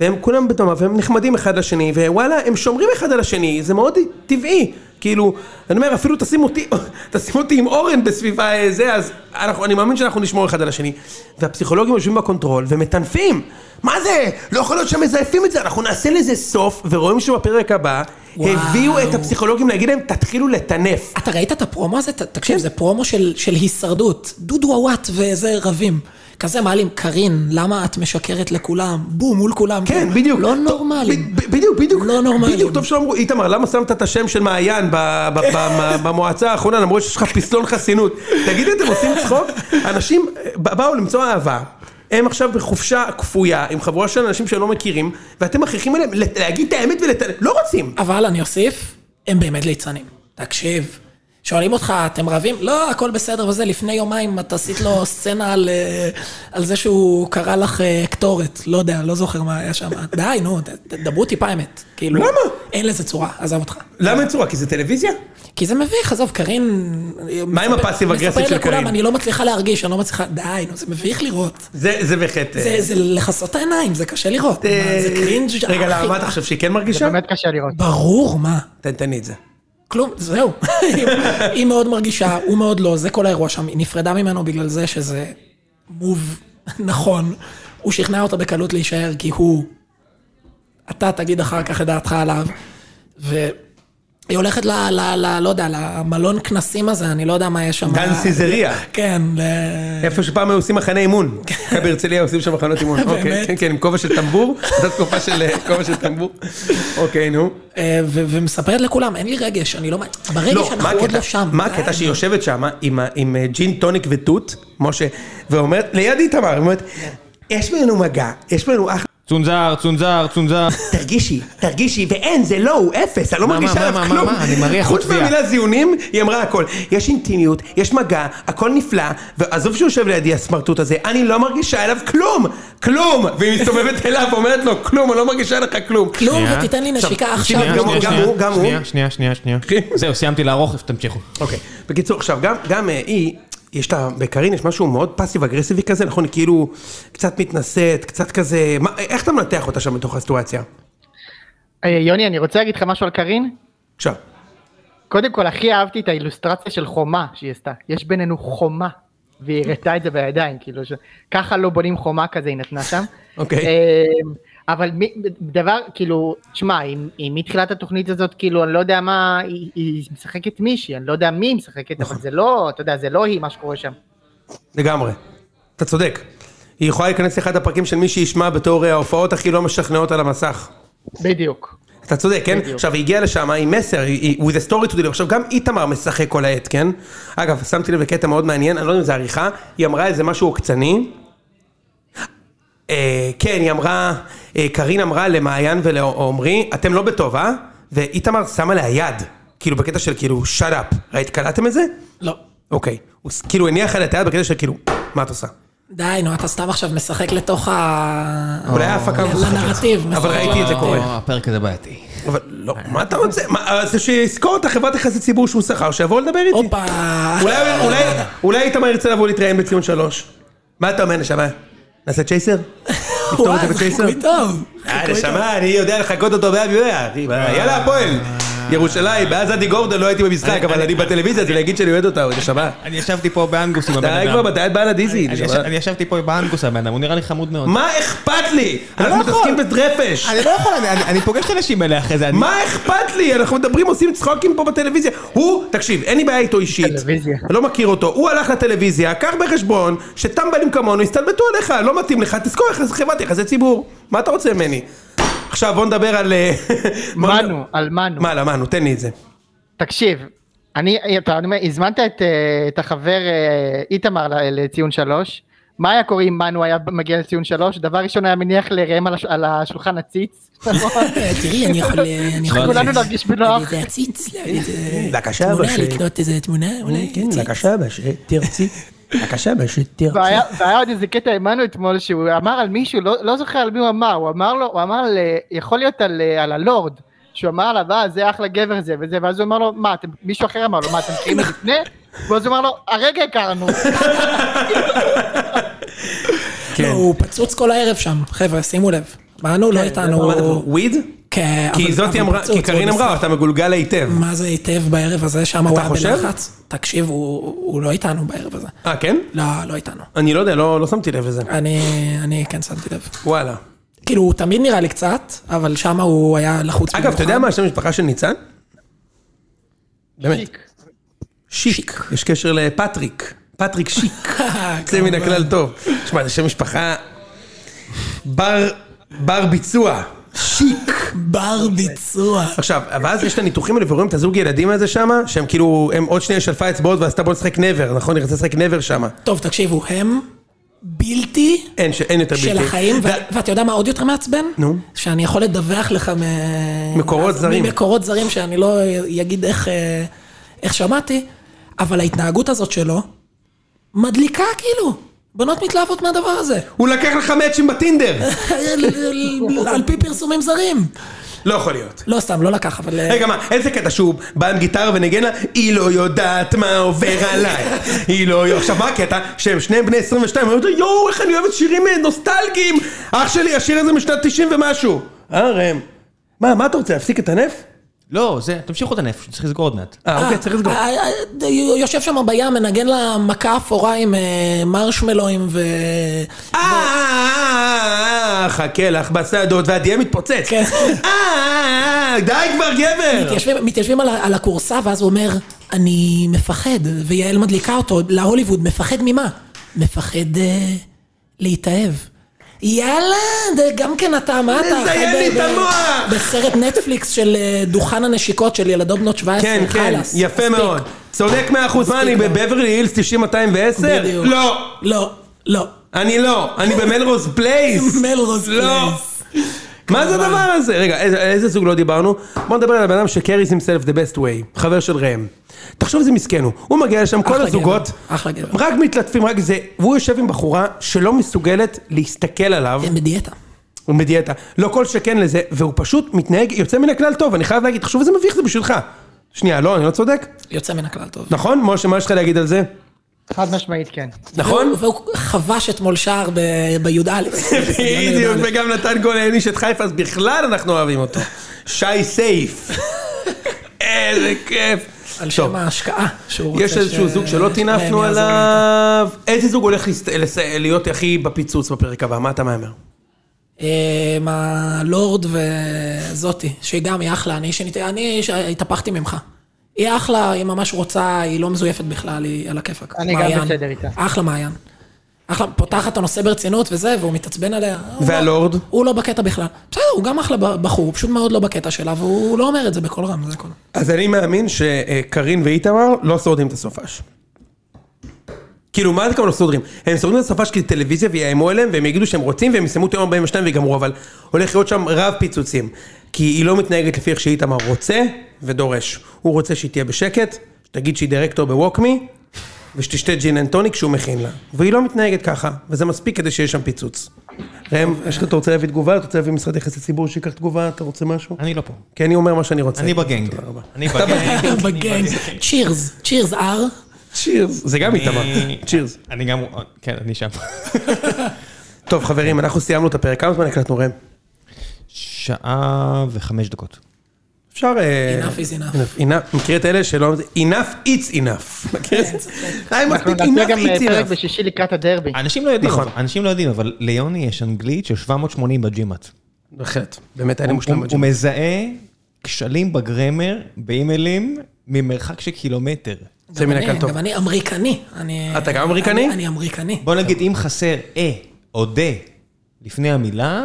והם כולם בדומה, והם נחמדים אחד לשני, ווואלה, הם שומרים אחד על השני, זה מאוד טבעי. כאילו, אני אומר, אפילו תשים אותי, תשים אותי עם אורן בסביבה אה, זה, אז אנחנו, אני מאמין שאנחנו נשמור אחד על השני. והפסיכולוגים יושבים בקונטרול ומטנפים. מה זה? לא יכול להיות שמזייפים את זה, אנחנו נעשה לזה סוף, ורואים שבפרק הבא, וואו. הביאו את הפסיכולוגים להגיד להם, תתחילו לטנף. אתה ראית את הפרומו הזה? ת- תקשיב, כן. זה פרומו של, של הישרדות. דודו עוואט וזה רבים. כזה מעלים, קארין, למה את משקרת לכולם? בום, מול כולם. כן, בדיוק. לא טוב, נורמלים. ב- ב- בדיוק, בדיוק. לא נורמלים. בדיוק, טוב שלא אמרו, איתמר, למה שמת את השם של מעיין ב- ב- ב- במועצה האחרונה, למרות שיש לך פסלון חסינות? תגיד, אתם עושים צחוק? אנשים ב- באו למצוא אהבה. הם עכשיו בחופשה כפויה, עם חבורה של אנשים שהם לא מכירים, ואתם מכריחים עליהם לת- להגיד את האמת ולת... לא רוצים. אבל אני אוסיף, הם באמת ליצנים. תקשיב. שואלים אותך, אתם רבים? לא, הכל בסדר וזה. לפני יומיים את עשית לו סצנה על, אה, על זה שהוא קרא לך אה, קטורת. לא יודע, לא זוכר מה היה שם. די, נו, ת- תדברו טיפה אמת. כאילו, למה? אין לזה צורה, עזוב אותך. למה אין צורה? כי זה טלוויזיה? כי זה מביך, עזוב, קארין... מה עם הפאסיב אגרסיב מספרת של לכולם, קארין? אני לא מצליחה להרגיש, אני לא מצליחה... די, נו, זה מביך לראות. זה זה בחטא. זה זה לכסות את העיניים, זה קשה לראות. מה, זה קרינג' אה, רגע, אחי. למה מה אתה חושב שהיא כן מרגישה? באמת קשה לראות. ברור, מה? תן תן לי את זה. כלום, זהו. היא מאוד מרגישה, הוא מאוד לא, זה כל האירוע שם. היא נפרדה ממנו בגלל זה שזה מוב נכון. הוא שכנע אותה בקלות להישאר, כי הוא... אתה תגיד אחר כך את דעתך עליו. והיא הולכת ל... ל, ל לא יודע, למלון כנסים הזה, אני לא יודע מה יש שם. דן סיזריה. כן, ל... איפה שפעם היו עושים מחנה אימון. כאן בהרצליה עושים שם מחנות אימון. כן. באמת? אוקיי, כן, כן, עם כובע של טמבור. זו תקופה של אה, כובע של טמבור. אוקיי, נו. אה, ו- ומספרת לכולם, אין לי רגש, אני לא... מ- ברגש מה אנחנו עוד הקטע- לא שם. מה די. הקטע שהיא יושבת שם עם ה- עם אה, ג'ין טוניק ותות, משה, ואומרת, ליד איתמר, היא אומרת, יש בינינו מגע, יש בינינו אח... צונזר, צונזר, צונזר. תרגישי, תרגישי, ואין, זה לא, הוא אפס, אני לא מה, מה, מה, מרגישה עליו מה, כלום. מה, אני מריח חוץ עוד תביעה. מהמילה זיונים, היא אמרה הכל. יש אינטימיות, יש מגע, הכל נפלא, ועזוב שהוא יושב לידי הסמרטוט הזה, אני לא מרגישה אליו כלום, כלום! והיא מסתובבת אליו ואומרת לו, כלום, אני לא מרגישה לך כלום. כלום, שנייה. ותיתן לי נשיקה עכשיו. שנייה, גם שנייה, הוא, גם שנייה, הוא, גם הוא. שנייה, שנייה, שנייה, שנייה. אוקיי. זהו, סיימתי לערוך, אז תמשיכו. אוקיי. בקיצור, עכשיו, גם, גם אה, היא, יש לה, בקארין יש משהו מאוד פאסיב אגרסיבי כזה, נכון? היא כאילו קצת מתנשאת, קצת כזה, מה, איך אתה מנתח אותה שם בתוך הסיטואציה? אה, יוני, אני רוצה להגיד לך משהו על קארין. עכשיו, קודם כל, הכי אהבתי את האילוסטרציה של חומה שהיא עשתה. יש בינינו חומה, והיא הראתה את זה בידיים, כאילו, ש... ככה לא בונים חומה כזה, היא נתנה שם. אוקיי. אמ, אבל מי, דבר, כאילו, תשמע, היא, היא מתחילת התוכנית הזאת, כאילו, אני לא יודע מה, היא, היא משחקת מישהי, אני לא יודע מי היא משחקת, נכון. אבל זה לא, אתה יודע, זה לא היא מה שקורה שם. לגמרי. אתה צודק. היא יכולה להיכנס לאחד הפרקים של מי שישמע בתור אה, ההופעות הכי לא משכנעות על המסך. בדיוק. אתה צודק, כן? בדיוק. עכשיו, היא הגיעה לשם עם מסר, היא היא- with a story to do. עכשיו, גם איתמר משחק כל העת, כן? אגב, שמתי לב לקטע מאוד מעניין, אני לא יודע אם זה עריכה, היא אמרה איזה משהו עוקצני. אה, כן, היא אמרה, אה, קארין אמרה למעיין ולעומרי, אתם לא בטוב, אה? ואיתמר שם עליה יד, כאילו בקטע של כאילו, shut up. ראית, קלטתם את זה? לא. אוקיי. הוא ס- כאילו הניח עליה את היד בקטע של כאילו, מה את עושה? די, נו, אתה סתם עכשיו משחק לתוך ה... אולי ההפקה משחקת. לנרטיב, אבל משחק ראיתי את זה קורה. או, הפרק הזה בעייתי. אבל לא, מה אתה רוצה? מה, אז שיזכור את החברת יחסי ציבור שהוא שכר, שיבוא לדבר איתי. הופה. אולי- אולי- אולי איתמר ירצה לבוא להתראיין בציון שלוש. מה אתה אומר נשמה? נעשה צ'ייסר? נפתור את זה וואי, זה בצ'ייסר? חיקוי טוב. אה, נשמה, אני יודע לחקות אותו בעד יודע, אחי. יאללה, הפועל. ירושלים, ואז אדי גורדון לא הייתי במשחק, אבל אני בטלוויזיה, אז להגיד שאני אוהד אותה, הוא נשמה. אני ישבתי פה באנגוס עם הבן די כבר, לא, אדם. מתי את באה לדיזי? אני נשמה? יש- אני ישבתי פה באנגוס הבן אדם, הוא נראה לי חמוד מאוד. מה אכפת לי? אנחנו לא יכול. מתעסקים בטרפש. אני לא יכול, אני- אני פוגש את האנשים האלה אחרי זה. אני- מה אכפת לי? אנחנו מדברים, עושים צחוקים פה בטלוויזיה. הוא, תקשיב, אין לי בעיה איתו אישית. טלוויזיה. לא מכיר אותו. הוא הלך לטלוויזיה, קח בחשבון שטמבלים כמונו הסתלבטו עליך, לא מתאים לך, תזכור איך זה חברת יחסי ציבור. מה אתה רוצה ממני? עכשיו בוא נדבר על... אה, בוא מנו, נד- על מנו. מה, מנו, תן לי את זה. תקשיב, אני, אתה אומר, הזמנת את, אה, את החבר אה, איתמר ל- לציון שלוש, מה היה קורה אם מנו היה מגיע לציון שלוש? דבר ראשון היה מניח לראם על הש- על השולחן עציץ, נכון? אה, תראי, אני יכול... אה, אני יכול- כולנו נרגיש בנוח. להביא איזה עציץ, להביא איזה בבקשה, תמונה, אבל ש- לקנות איזה תמונה, כן, אולי עציץ. ben, שתרצי. בבקשה, שתרצי. והיה והיה עוד איזה קטע עם מנו אתמול שהוא אמר על מישהו, לא לא זוכר על מי הוא אמר, הוא אמר לו, הוא אמר, על, אה, יכול להיות על אה, על הלורד, שהוא אמר עליו, אה, זה אחלה גבר זה וזה, ואז הוא אמר לו, מה, אתם, מישהו אחר אמר לו, מה, אתם מכירים את זה לפני? ואז הוא אמר לו, הרגע הכרנו. לא, הוא פצוץ כל הערב שם, חבר'ה, שימו לב. באנו, כן, לא איתנו... וויד? כן, כי אבל- זאתי אבל אמרה, פצוץ, כי קארין הוא אמרה, אתה מגולגל היטב. מה זה היטב בערב הזה, שם הוא היה חושב? בלחץ? תקשיב, הוא הוא לא איתנו בערב הזה. אה, כן? לא, לא איתנו. אני לא יודע, לא לא שמתי לב לזה. אני, אני כן שמתי לב. וואלה. כאילו, הוא תמיד נראה לי קצת, אבל שם הוא היה לחוץ. אגב, אתה יודע מה השם המשפחה של ניצן? באמת. שיק. יש קשר לפטריק. פטריק שיק. יוצא מן הכלל טוב. שמע, זה שם משפחה... בר... בר ביצוע. שיק. בר ביצוע. עכשיו, ואז יש את הניתוחים האלה, ורואים את הזוג ילדים הזה שם, שהם כאילו, הם עוד שנייה שלפה אצבעות ועשתה בוא נשחק נבר, נכון? היא רצתה לשחק נבר שם. טוב, תקשיבו, הם בלתי אין, ש- אין יותר בלתי. של החיים, ו- ואתה יודע מה עוד יותר מעצבן? נו. שאני יכול לדווח לך מ... מקורות מה- זרים. ממקורות זרים שאני לא אגיד איך, אה, איך שמעתי, אבל ההתנהגות הזאת שלו מדליקה כאילו. בנות מתלהבות מהדבר הזה. הוא לקח לך מאצ'ים בטינדר! על פי פרסומים זרים. לא יכול להיות. לא סתם, לא לקח, אבל... אה, רגע, מה, איזה קטע שהוא בא עם גיטרה ונגן לה, היא לא יודעת מה עובר עליי. היא לא יודעת... עכשיו, מה הקטע? שהם שניהם בני 22, אומרים לו, יואו, איך אני אוהבת שירים אה, נוסטלגיים! אח שלי, השיר הזה משנת 90 ומשהו. אה, ראם. מה, מה אתה רוצה, להפסיק לטנף? לא, זה, תמשיכו את הנפש, צריך לסגור עוד מעט. אה, אוקיי, צריך לסגור. אה, אה, אה, יושב שם בים, מנגן לה מכה אפורה עם אה, מרשמלואים ו... אה, חכה לך בשדות, והדיה מתפוצץ. כן. אה, די כבר, גבר! מתיישבים, מתיישבים על, ה- על הכורסה, ואז הוא אומר, אני מפחד, ויעל מדליקה אותו להוליווד, מפחד ממה? מפחד אה, להתאהב. יאללה, זה גם כן אתה, מה אתה? לזיין חי לי את ב- ב- המוח! בסרט נטפליקס של אה, דוכן הנשיקות של ילדות בנות 17, כן, כן, חלאס, יפה מספיק. מאוד. צודק מאה אחוז, מה, אני מספיק. בבברלי הילס 90-210? בדיוק. לא. לא, לא. אני לא, אני במלרוז פלייס. מלרוז לא. פלייס. מה זה הדבר הזה? רגע, איזה- איזה זוג לא דיברנו? בוא נדבר על הבן אדם שקריז himself the best way, חבר של ראם. תחשוב איזה מסכן הוא. הוא מגיע לשם, כל אחלה הזוגות, גבר, אחלה גבר. רק מתלטפים, רק זה. והוא יושב עם בחורה שלא מסוגלת להסתכל עליו, הם כן, בדיאטה. הוא בדיאטה. לא כל שכן לזה, והוא פשוט מתנהג, יוצא מן הכלל טוב, אני חייב להגיד, תחשוב איזה מביך זה בשבילך. שנייה, לא, אני לא צודק? יוצא מן הכלל טוב. נכון? משה, מה יש לך להגיד על זה? חד משמעית כן. נכון? והוא והוא חבש אתמול שער ב- בי"א. לא בדיוק, וגם נתן גול העניש את חיפה, אז בכלל אנחנו אוהבים אותו. שי סייף. איזה כיף. על טוב, שם ההשקעה שהוא רוצה יש איזשהו ש- זוג שלא שהם טינפנו יעזרו לי. עליו. איזה זוג הולך להסת- לס- להיות הכי בפיצוץ בפרק הבא? מה אתה מהמר? אה, עם הלורד וזאתי, שהיא גם, היא אחלה, אני, שנת... אני שהתהפכתי ממך. היא אחלה, היא ממש רוצה, היא לא מזויפת בכלל, היא על הכיפאק. אני גם מעיין. בסדר איתה. אחלה מעיין. אחלה, פותחת את הנושא ברצינות וזה, והוא מתעצבן עליה. הוא והלורד? לא, הוא לא בקטע בכלל. בסדר, הוא גם אחלה בחור, הוא פשוט מאוד לא בקטע שלה, והוא לא אומר את זה בקול רם, זה הכל. אז אני מאמין שקארין ואיתמר לא שורדים את הסופש. כאילו, מה זה כמובן לא שורדים? הם שורדים את הסופש כי זה טלוויזיה ויאיימו עליהם, והם יגידו שהם רוצים, והם יסיימו את היום 42 ויגמרו, אבל הולך להיות שם רב פיצוצים. כי היא לא מתנהגת לפי איך שאיתמר רוצה ודורש. הוא רוצה שהיא תהיה בשקט, שתגיד שהיא דירקטור בווקמי, ושתשתה ג'ין אנד טוניק שהוא מכין לה. והיא לא מתנהגת ככה, וזה מספיק כדי שיהיה שם פיצוץ. ראם, יש לך- אתה רוצה להביא תגובה? אתה רוצה להביא משרד יחסי ציבור שיקח תגובה? אתה רוצה משהו? אני לא פה. כי אני אומר מה שאני רוצה. אני בגנג. תודה רבה. אני בגנג. בגנג. צ'ירס, צ'ירס אר. צ'ירס. זה גם איתמר. אני- צ'ירס. אני גם, כן, אני שם. טוב, חברים, אנחנו סיימנו את הפרק. כמה זמן הקלטנו, ראם? שעה וחמש דקות. אפשר... אה, Enough is enough. enough. מכיר את אלה שלא... enough it's enough. מכיר את זה? די, אנחנו מספיק נעשה גם אה, enough it's פרק enough. בשישי לקראת הדרבי. אנשים לא יודעים, נכון. אבל- אנשים לא יודעים, אבל ליוני יש אנגלית של 780 בג'ימאט. בהחלט, באמת היה לי הוא- מושלם. הוא- הוא מזהה כשלים בגרמר, באימיילים, ממרחק של קילומטר. זה מן הכלל טוב. גם אני אמריקני. אני- אתה גם אמריקני? אני- אני אמריקני. בוא נגיד, אם חסר אה או דה לפני המילה,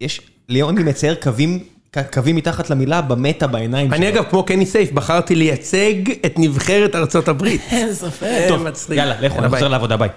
יש, ליוני מצייר קווים, ק- קווים מתחת למילה במטה בעיניים אני אגב, כמו קני סייף, בחרתי לייצג את נבחרת ארצות הברית. אין ספק. טוב, מצחיק. יאללה, לכו, יאללה, אני חוזר ביי. לעבודה, ביי.